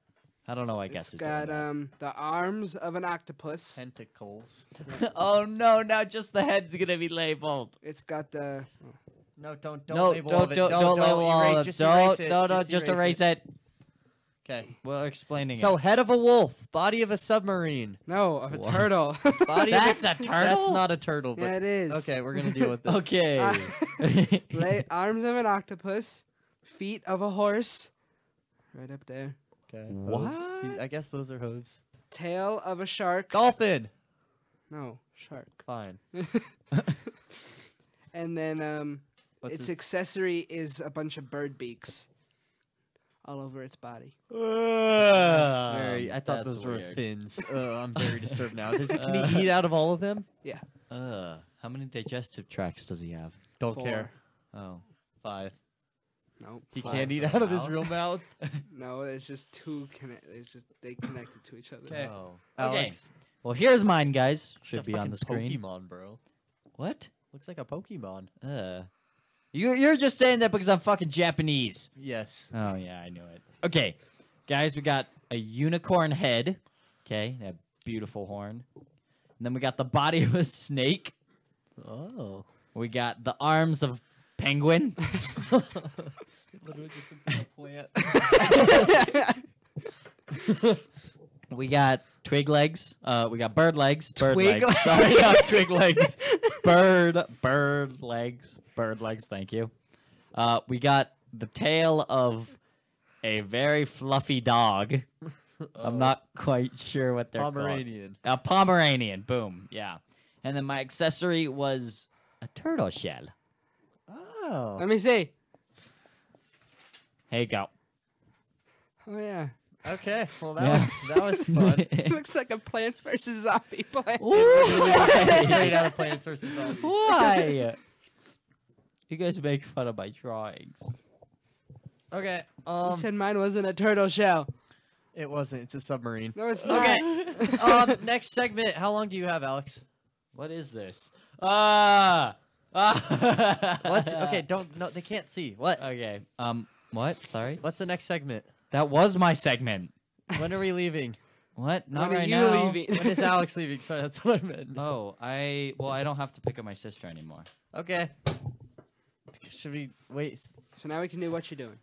Speaker 3: I don't know. I guess
Speaker 2: It's
Speaker 3: it's doing
Speaker 2: got um the arms of an octopus.
Speaker 1: Tentacles.
Speaker 3: that. oh no! Now just the head's gonna be labeled.
Speaker 2: It's got the
Speaker 1: No, don't don't
Speaker 3: no,
Speaker 1: label
Speaker 3: Oh, don't
Speaker 1: all of it.
Speaker 3: don't,
Speaker 1: no,
Speaker 3: don't
Speaker 1: don't
Speaker 3: label all
Speaker 1: erase,
Speaker 3: of it.
Speaker 1: just
Speaker 3: don't
Speaker 1: erase it.
Speaker 3: no no just, erase it.
Speaker 1: Okay.
Speaker 3: We're explaining
Speaker 1: So
Speaker 3: it.
Speaker 1: head of a wolf, body of a submarine,
Speaker 2: no of a
Speaker 3: Wha-
Speaker 2: turtle.
Speaker 1: body
Speaker 3: That's
Speaker 1: of
Speaker 3: a turtle?
Speaker 1: That's not a turtle, but
Speaker 2: yeah, it is.
Speaker 1: okay, we're gonna deal with this.
Speaker 3: Okay.
Speaker 2: Uh, la- arms of an octopus, feet of a horse, right up there.
Speaker 1: okay.
Speaker 3: What?
Speaker 1: hooves. I guess those are hooves.
Speaker 2: Tail of a shark.
Speaker 1: Dolphin.
Speaker 2: No, shark.
Speaker 1: Fine.
Speaker 2: And then um
Speaker 1: What's
Speaker 2: its
Speaker 1: his-
Speaker 2: accessory is a bunch of bird beaks all over its body.
Speaker 1: That's very- Uh, I thought
Speaker 3: that's
Speaker 1: those were
Speaker 3: weird.
Speaker 1: fins. Ugh, I'm very disturbed now. Does he, can he eat out of all of them?
Speaker 3: uh, how many digestive tracts does he have?
Speaker 1: Don't
Speaker 2: Four.
Speaker 1: care.
Speaker 3: Oh,
Speaker 1: Five.
Speaker 2: Nope.
Speaker 1: He
Speaker 3: Five
Speaker 1: can't eat
Speaker 3: for
Speaker 1: out of his
Speaker 3: mouth.
Speaker 1: real mouth.
Speaker 2: No, it's just two connect. It's just they connected to each other.
Speaker 1: Okay.
Speaker 3: oh.
Speaker 1: Alex.
Speaker 3: Well, here's mine, guys.
Speaker 1: A
Speaker 3: Should be on
Speaker 1: fucking
Speaker 3: the screen.
Speaker 1: Pokemon, bro.
Speaker 3: What?
Speaker 1: Looks like a Pokemon.
Speaker 3: Uh, you you're just saying that because I'm fucking Japanese.
Speaker 1: Yes.
Speaker 3: Oh yeah, I knew it. Okay, guys, we got a unicorn head. Okay, that beautiful horn. And then we got the body of a snake.
Speaker 1: Oh.
Speaker 3: We got the arms of penguin.
Speaker 1: It literally just looks like a plant.
Speaker 3: we got twig legs. Uh, we got bird legs. Bird
Speaker 2: Twig
Speaker 3: legs. Sorry, not twig legs. Bird, bird legs. Bird legs. Thank you. Uh, we got the tail of a very fluffy dog. I'm not quite sure what they're called.
Speaker 1: Pomeranian.
Speaker 3: A Pomeranian. Boom. Yeah. And then my accessory was a turtle shell.
Speaker 1: Oh.
Speaker 2: Let me see.
Speaker 3: Here you go.
Speaker 2: Oh yeah,
Speaker 1: Okay. Well, that
Speaker 3: Yeah.
Speaker 1: was, that was fun.
Speaker 2: looks like a Plants vs Zombie play.
Speaker 1: Straight out of Plants vs Zombies.
Speaker 3: Why? You guys make fun of my drawings.
Speaker 1: Okay.
Speaker 2: you
Speaker 1: Um.
Speaker 2: said mine wasn't a turtle shell.
Speaker 1: It wasn't. It's a submarine.
Speaker 2: No, it's not.
Speaker 1: Okay. um. Next segment. How long do you have, Alex?
Speaker 3: What is this? Ah. Ah.
Speaker 1: What's okay? Don't. No. They can't see. What?
Speaker 3: Okay. Um. What? Sorry.
Speaker 1: What's the next segment?
Speaker 3: That was my segment.
Speaker 1: When are we leaving?
Speaker 3: What? Not
Speaker 2: When are
Speaker 3: right
Speaker 2: you
Speaker 3: now.
Speaker 2: leaving?
Speaker 1: When is Alex leaving? Sorry, that's what I meant.
Speaker 3: Oh, I. Well, I don't have to pick up my sister anymore.
Speaker 1: Okay. Should we wait? s-
Speaker 2: So now we can do what you're doing.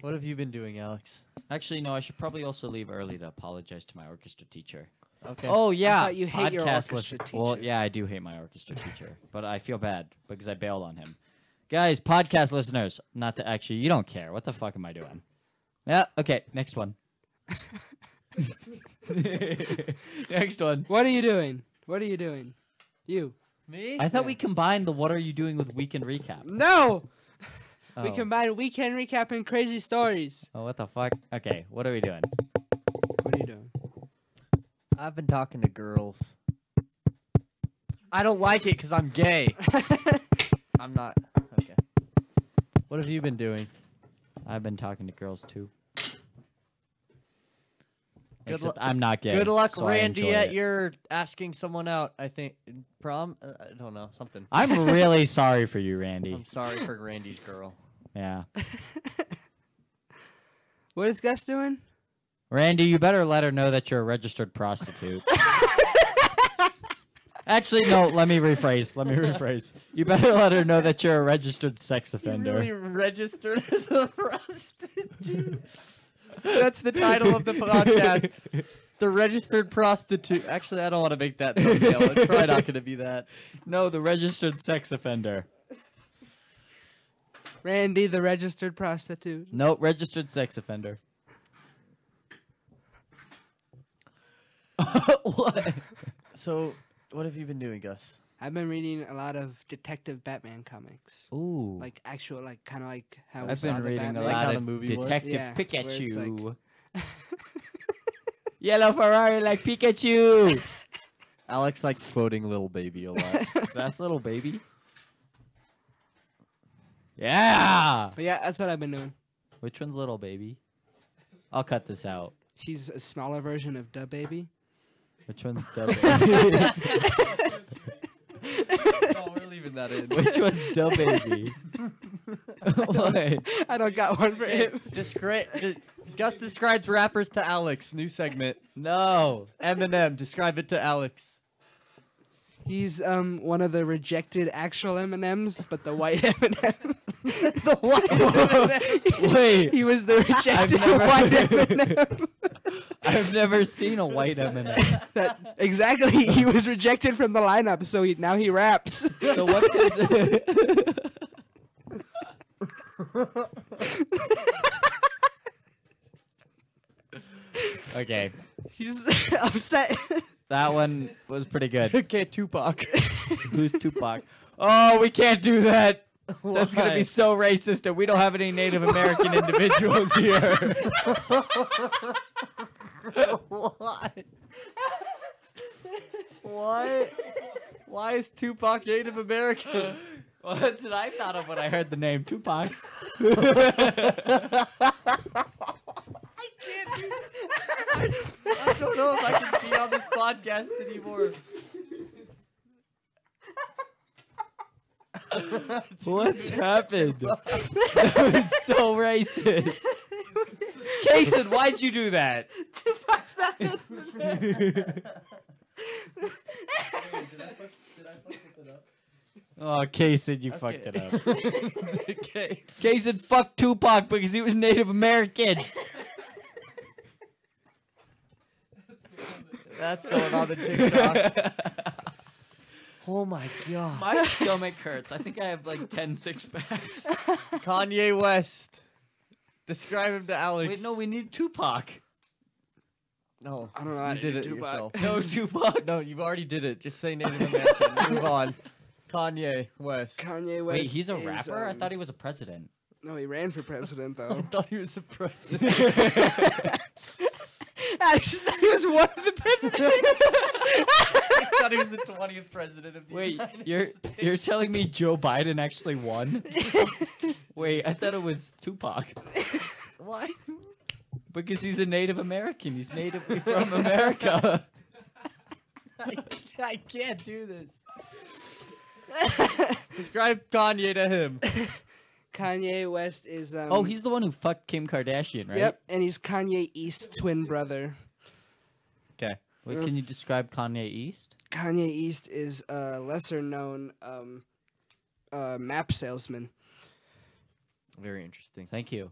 Speaker 1: What have you been doing, Alex?
Speaker 3: Actually, no. I should probably also leave early to apologize to my orchestra teacher.
Speaker 1: Okay.
Speaker 3: Oh
Speaker 2: I
Speaker 3: yeah,
Speaker 2: thought you hate your
Speaker 3: podcast
Speaker 2: orchestra
Speaker 3: listen-
Speaker 2: teacher.
Speaker 3: Well, yeah, I do hate my orchestra teacher, but I feel bad because I bailed on him. Guys, podcast listeners, not that actually you don't care. What the fuck am I doing? Yeah, okay, next one. next one.
Speaker 2: What are you doing? What are you doing? You.
Speaker 1: me?
Speaker 3: I thought we combined the what are you doing with weekend recap.
Speaker 2: No. We
Speaker 3: Oh.
Speaker 2: combine weekend recap and crazy stories.
Speaker 3: Oh, what the fuck? Okay, what are we doing?
Speaker 2: What are you doing?
Speaker 1: I've been talking to girls. I don't like it because I'm gay. I'm not. Okay. What have you been doing?
Speaker 3: I've been talking to girls too.
Speaker 1: Good
Speaker 3: Except
Speaker 1: lu-
Speaker 3: I'm not gay.
Speaker 1: Good luck,
Speaker 3: so I enjoy
Speaker 1: Randy,
Speaker 3: it.
Speaker 1: at your asking someone out. I think prom. Uh, I don't know something.
Speaker 3: I'm really sorry for you,
Speaker 1: I'm
Speaker 3: Randy.
Speaker 1: sorry for Randy's girl.
Speaker 3: Yeah.
Speaker 2: What is Gus doing?
Speaker 3: Randy, you better let her know that you're a registered prostitute. Actually, no, let me rephrase. Let me rephrase. You better let her know that you're a registered sex offender.
Speaker 1: registered as a prostitute. That's the title of the podcast. The registered prostitute. Actually, I don't want to make that thumbnail. It's probably not going to be that.
Speaker 3: No, the registered sex offender.
Speaker 2: Randy, the registered prostitute.
Speaker 3: No, registered sex offender. what?
Speaker 1: So, what have you been doing, Gus?
Speaker 2: I've been reading a lot of Detective Batman comics.
Speaker 3: Ooh.
Speaker 2: Like actual, like kind of like how we
Speaker 3: I've
Speaker 2: saw
Speaker 3: been
Speaker 2: the
Speaker 3: reading a
Speaker 2: Batman.
Speaker 1: Like how
Speaker 3: lot
Speaker 1: the
Speaker 3: of
Speaker 1: movie was?
Speaker 3: Detective
Speaker 2: Yeah, where it's like-
Speaker 3: Pikachu. Yellow Ferrari like Pikachu.
Speaker 1: Alex likes quoting Little Baby a lot.
Speaker 3: That's little baby. Yeah.
Speaker 2: But yeah, that's what I've been doing.
Speaker 3: Which one's little baby? I'll cut this out.
Speaker 2: She's a smaller version of Da Baby.
Speaker 3: Which one's the baby?
Speaker 5: no, we're leaving that in.
Speaker 4: Which one's Del Baby? Why?
Speaker 2: I don't got one for him.
Speaker 1: Descri- de- Gus describes rappers to Alex. New segment.
Speaker 4: No.
Speaker 1: Eminem, describe it to Alex.
Speaker 2: He's um one of the rejected actual M and M's, but the white M and M. The white
Speaker 4: Wait.
Speaker 2: He was the rejected
Speaker 4: never-
Speaker 2: white M
Speaker 4: I've never seen a white M&M.
Speaker 2: That exactly. He was rejected from the lineup, so he now he raps.
Speaker 4: So what's his? okay,
Speaker 2: He's upset.
Speaker 4: that one was pretty good.
Speaker 1: okay, Tupac.
Speaker 4: Who's Tupac? Oh, we can't do that. That's gonna
Speaker 1: Why?
Speaker 4: be so racist, and we don't have any Native American individuals here.
Speaker 1: Why? Why? Why is Tupac Native American?
Speaker 4: well, that's what I thought of when I heard the name Tupac.
Speaker 1: I don't know if I can be on this podcast anymore.
Speaker 4: What's happened? that was so racist. Jason, why'd you do that?
Speaker 2: Tupac's not in
Speaker 4: Oh, Kaysen, you fucked it
Speaker 1: Okay.
Speaker 4: up.
Speaker 1: okay.
Speaker 4: Kaysen fucked Tupac because he was Native American.
Speaker 1: That's going on the TikTok. Oh my god.
Speaker 3: My stomach hurts. I think I have like 10 six packs.
Speaker 1: Kanye West. Describe him to Alex.
Speaker 3: Wait, no, we need Tupac.
Speaker 1: No.
Speaker 2: I don't know.
Speaker 1: You did it yourself.
Speaker 3: No, Tupac.
Speaker 1: No, you've already did it. Just say Native American. Move on. Kanye West.
Speaker 2: Kanye West.
Speaker 4: Wait, he's a
Speaker 2: is,
Speaker 4: rapper? I
Speaker 2: um,
Speaker 4: thought he was a president.
Speaker 2: No, he ran for president
Speaker 1: I
Speaker 2: though.
Speaker 1: thought he was a president.
Speaker 2: I just thought he was one of the presidents.
Speaker 1: I thought he was the 20th president of the
Speaker 4: Wait,
Speaker 1: United
Speaker 4: you're
Speaker 1: States.
Speaker 4: you're telling me Joe Biden actually won? Wait, I thought it was Tupac
Speaker 1: Why?
Speaker 4: because he's a Native American. He's natively from America.
Speaker 1: I, I can't do this. Describe Kanye to him.
Speaker 2: Kanye West is um.
Speaker 4: Oh, he's the one who fucked Kim Kardashian, right?
Speaker 2: Yep, and he's Kanye East twin brother.
Speaker 4: Okay. Wait, can you describe Kanye East?
Speaker 2: Kanye East is a lesser known um, uh, map salesman.
Speaker 1: Very interesting.
Speaker 4: Thank you.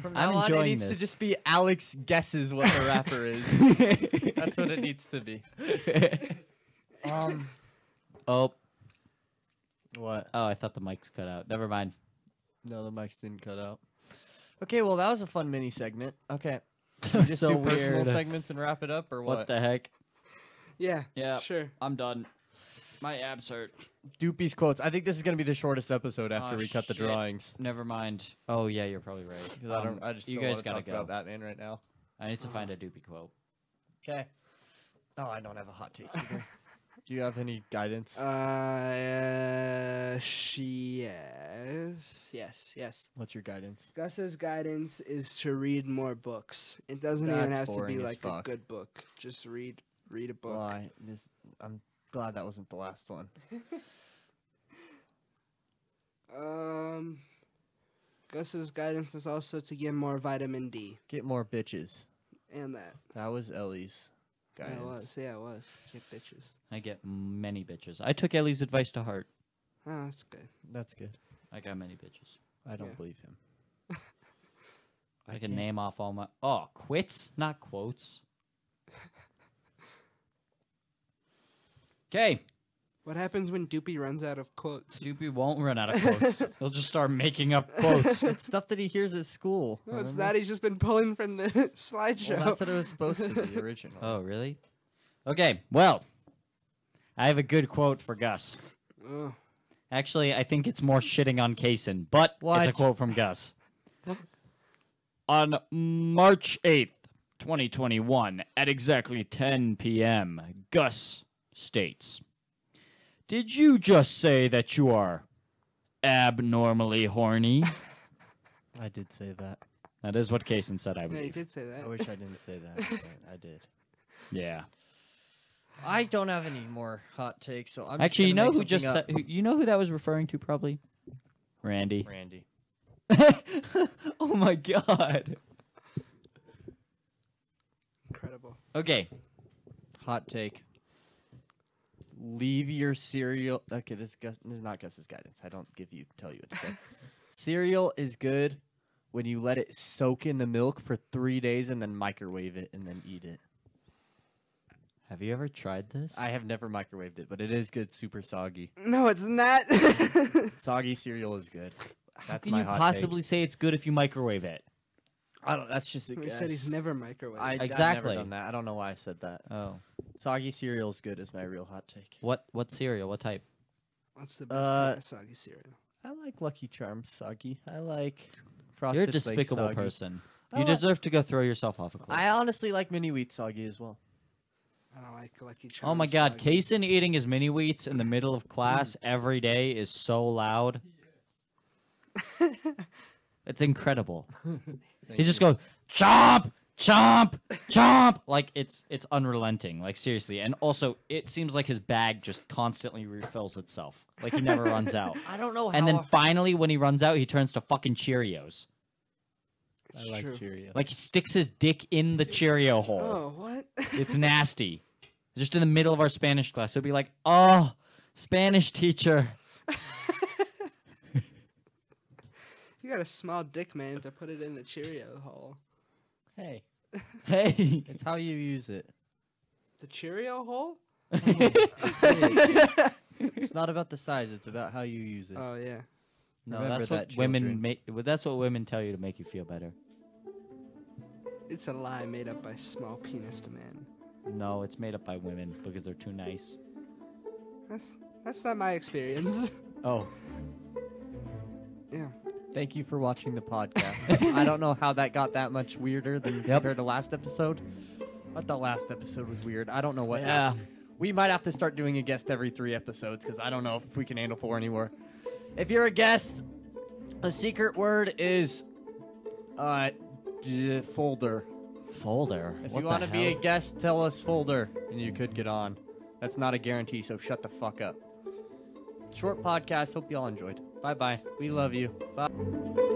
Speaker 1: From
Speaker 4: I'm
Speaker 1: now on, it
Speaker 4: enjoying
Speaker 1: needs
Speaker 4: this.
Speaker 1: to just be Alex guesses what the rapper is. That's what it needs to be. Um,
Speaker 4: oh,
Speaker 1: what?
Speaker 4: oh, I thought the mic's cut out. Never mind.
Speaker 1: No, the mics didn't cut out. Okay, well, that was a fun mini segment. Okay.
Speaker 4: That was
Speaker 1: Just
Speaker 4: so
Speaker 1: do personal
Speaker 4: weird.
Speaker 1: segments and wrap it up, or
Speaker 4: what?
Speaker 1: what?
Speaker 4: the heck?
Speaker 2: Yeah.
Speaker 4: Yeah.
Speaker 2: Sure.
Speaker 4: I'm done. My abs hurt.
Speaker 1: Doopy's quotes. I think this is going to be the shortest episode after
Speaker 4: Aw,
Speaker 1: we cut the
Speaker 4: shit.
Speaker 1: drawings.
Speaker 4: Never mind. Oh yeah, you're probably right.
Speaker 1: 'Cause I,
Speaker 4: Um,
Speaker 1: don't, I just
Speaker 4: you
Speaker 1: don't
Speaker 4: guys
Speaker 1: wanna
Speaker 4: gotta
Speaker 1: talk about
Speaker 4: go.
Speaker 1: Batman right now.
Speaker 4: I need to find a doopy quote.
Speaker 1: Okay. Oh, I don't have a hot take either. Do you have any guidance?
Speaker 2: Uh, uh, she yes, yes, yes.
Speaker 1: What's your guidance?
Speaker 2: Gus's guidance is to read more books. It doesn't even
Speaker 1: That's
Speaker 2: have to
Speaker 1: boring
Speaker 2: be
Speaker 1: as
Speaker 2: like a
Speaker 1: fuck.
Speaker 2: good book. Just read, read a book.
Speaker 1: Why this? I'm glad that wasn't the last one.
Speaker 2: Um, Gus's guidance is also to get more vitamin D
Speaker 1: Get more bitches.
Speaker 2: and that.
Speaker 1: That was Ellie's
Speaker 2: Yeah,
Speaker 1: guidance.
Speaker 2: it was. Yeah, it was. Get bitches.
Speaker 4: I get many bitches. I took Ellie's advice to heart.
Speaker 2: Oh, that's good.
Speaker 1: That's good.
Speaker 4: I got many bitches.
Speaker 1: I don't
Speaker 2: Yeah.
Speaker 1: believe him.
Speaker 4: I, can name off all my. Oh, quits, not quotes. Okay,
Speaker 2: What happens when Doopy runs out of quotes?
Speaker 4: Doopy won't run out of quotes. He'll just start making up quotes.
Speaker 1: It's stuff that he hears at school.
Speaker 2: No, it's
Speaker 1: remember?
Speaker 2: not. He's just been pulling from the slideshow.
Speaker 1: Well, that's what it was supposed to be original.
Speaker 4: Oh, really? Okay, well, I have a good quote for Gus.
Speaker 2: Oh.
Speaker 4: Actually, I think it's more shitting on Kaysen, but it's a
Speaker 1: What?
Speaker 4: quote from Gus. on March 8th, 2021, at exactly 10 p.m., Gus states Did you just say that you are abnormally horny?
Speaker 1: I did say that.
Speaker 4: that is what Kaysen said, I
Speaker 2: Yeah, he
Speaker 4: believe.
Speaker 2: did say that.
Speaker 1: I wish I didn't say that, but I did.
Speaker 4: Yeah.
Speaker 1: I don't have any more hot takes, so I'm
Speaker 3: Actually, you
Speaker 1: just gonna
Speaker 3: know
Speaker 1: make
Speaker 3: who just
Speaker 1: something
Speaker 3: said,
Speaker 1: up.
Speaker 3: who- you know who that was referring to probably? Randy.
Speaker 1: Randy.
Speaker 3: oh my god.
Speaker 2: Incredible.
Speaker 3: Okay.
Speaker 1: Hot take. Leave your cereal. Okay, this, gus this is not Gus's guidance. I don't give you tell you what to say. cereal is good when you let it soak in the milk for three days and then microwave it and then eat it.
Speaker 3: Have you ever tried this?
Speaker 1: I have never microwaved it, but it is good. Super soggy.
Speaker 2: No, it's not.
Speaker 1: Soggy cereal is good.
Speaker 3: How
Speaker 1: That's
Speaker 3: can
Speaker 1: my
Speaker 3: you
Speaker 1: hot
Speaker 3: possibly
Speaker 1: Take.
Speaker 3: say it's good if you microwave it?
Speaker 1: I don't. That's just a
Speaker 2: he
Speaker 1: guess.
Speaker 2: said he's never microwaved.
Speaker 1: I, I've never
Speaker 3: Exactly.
Speaker 1: done that. I don't know why I said that.
Speaker 3: Oh.
Speaker 1: Soggy cereal is good. Is my real hot take.
Speaker 3: What what cereal? What type?
Speaker 2: What's the best
Speaker 1: Uh,
Speaker 2: kind of soggy cereal?
Speaker 1: I like Lucky Charms soggy. I like Frosted
Speaker 3: You're a
Speaker 1: Flakes
Speaker 3: despicable
Speaker 1: soggy.
Speaker 3: person.
Speaker 1: I
Speaker 3: You
Speaker 1: like-
Speaker 3: deserve to go throw yourself off a cliff.
Speaker 1: I honestly like mini wheat soggy as well.
Speaker 2: I don't like Lucky Charms.
Speaker 3: Oh my god,
Speaker 2: soggy.
Speaker 3: Kason eating his mini wheats in the middle of class
Speaker 1: Mm.
Speaker 3: every day is so loud. it's incredible. he just goes chomp, chomp, chomp. Like it's it's unrelenting. Like seriously, and also it seems like his bag just constantly refills itself. Like he never runs out.
Speaker 1: I don't know how.
Speaker 3: And then finally, when he runs out, he turns to fucking Cheerios.
Speaker 1: I
Speaker 2: It's
Speaker 1: like
Speaker 2: true.
Speaker 1: Cheerios.
Speaker 3: Like he sticks his dick in the Cheerio hole.
Speaker 2: Oh, what?
Speaker 3: It's nasty. Just in the middle of our Spanish class, it'll be like, "Oh, Spanish teacher."
Speaker 2: you got a small dick, man, to put it in the Cheerio hole.
Speaker 1: hey,
Speaker 3: Hey.
Speaker 1: it's how you use it.
Speaker 2: The Cheerio hole? Oh,
Speaker 1: It's not about the size. It's about how you use it.
Speaker 2: Oh yeah.
Speaker 3: no,
Speaker 1: Remember
Speaker 3: that's
Speaker 1: that,
Speaker 3: what
Speaker 1: children.
Speaker 3: women make. That's what women tell you to make you feel better.
Speaker 2: It's a lie made up by small penis man.
Speaker 3: No, it's made up by women because they're too nice.
Speaker 2: That's that's not my experience.
Speaker 3: Oh,
Speaker 2: yeah.
Speaker 1: Thank you for watching the podcast. I don't know how that got that much weirder than compared to last episode. I thought last episode was weird. I don't know what.
Speaker 3: Yeah.
Speaker 1: We might have to start doing a guest every three episodes because I don't know if we can handle four anymore. If you're a guest, the secret word is uh, d- folder.
Speaker 3: folder.
Speaker 1: If
Speaker 3: What
Speaker 1: you
Speaker 3: the
Speaker 1: want to be a
Speaker 3: hell?
Speaker 1: guest, tell us folder, and you could get on. That's not a guarantee, so shut the fuck up. Short podcast. Hope y'all enjoyed. Bye bye. We love you. Bye.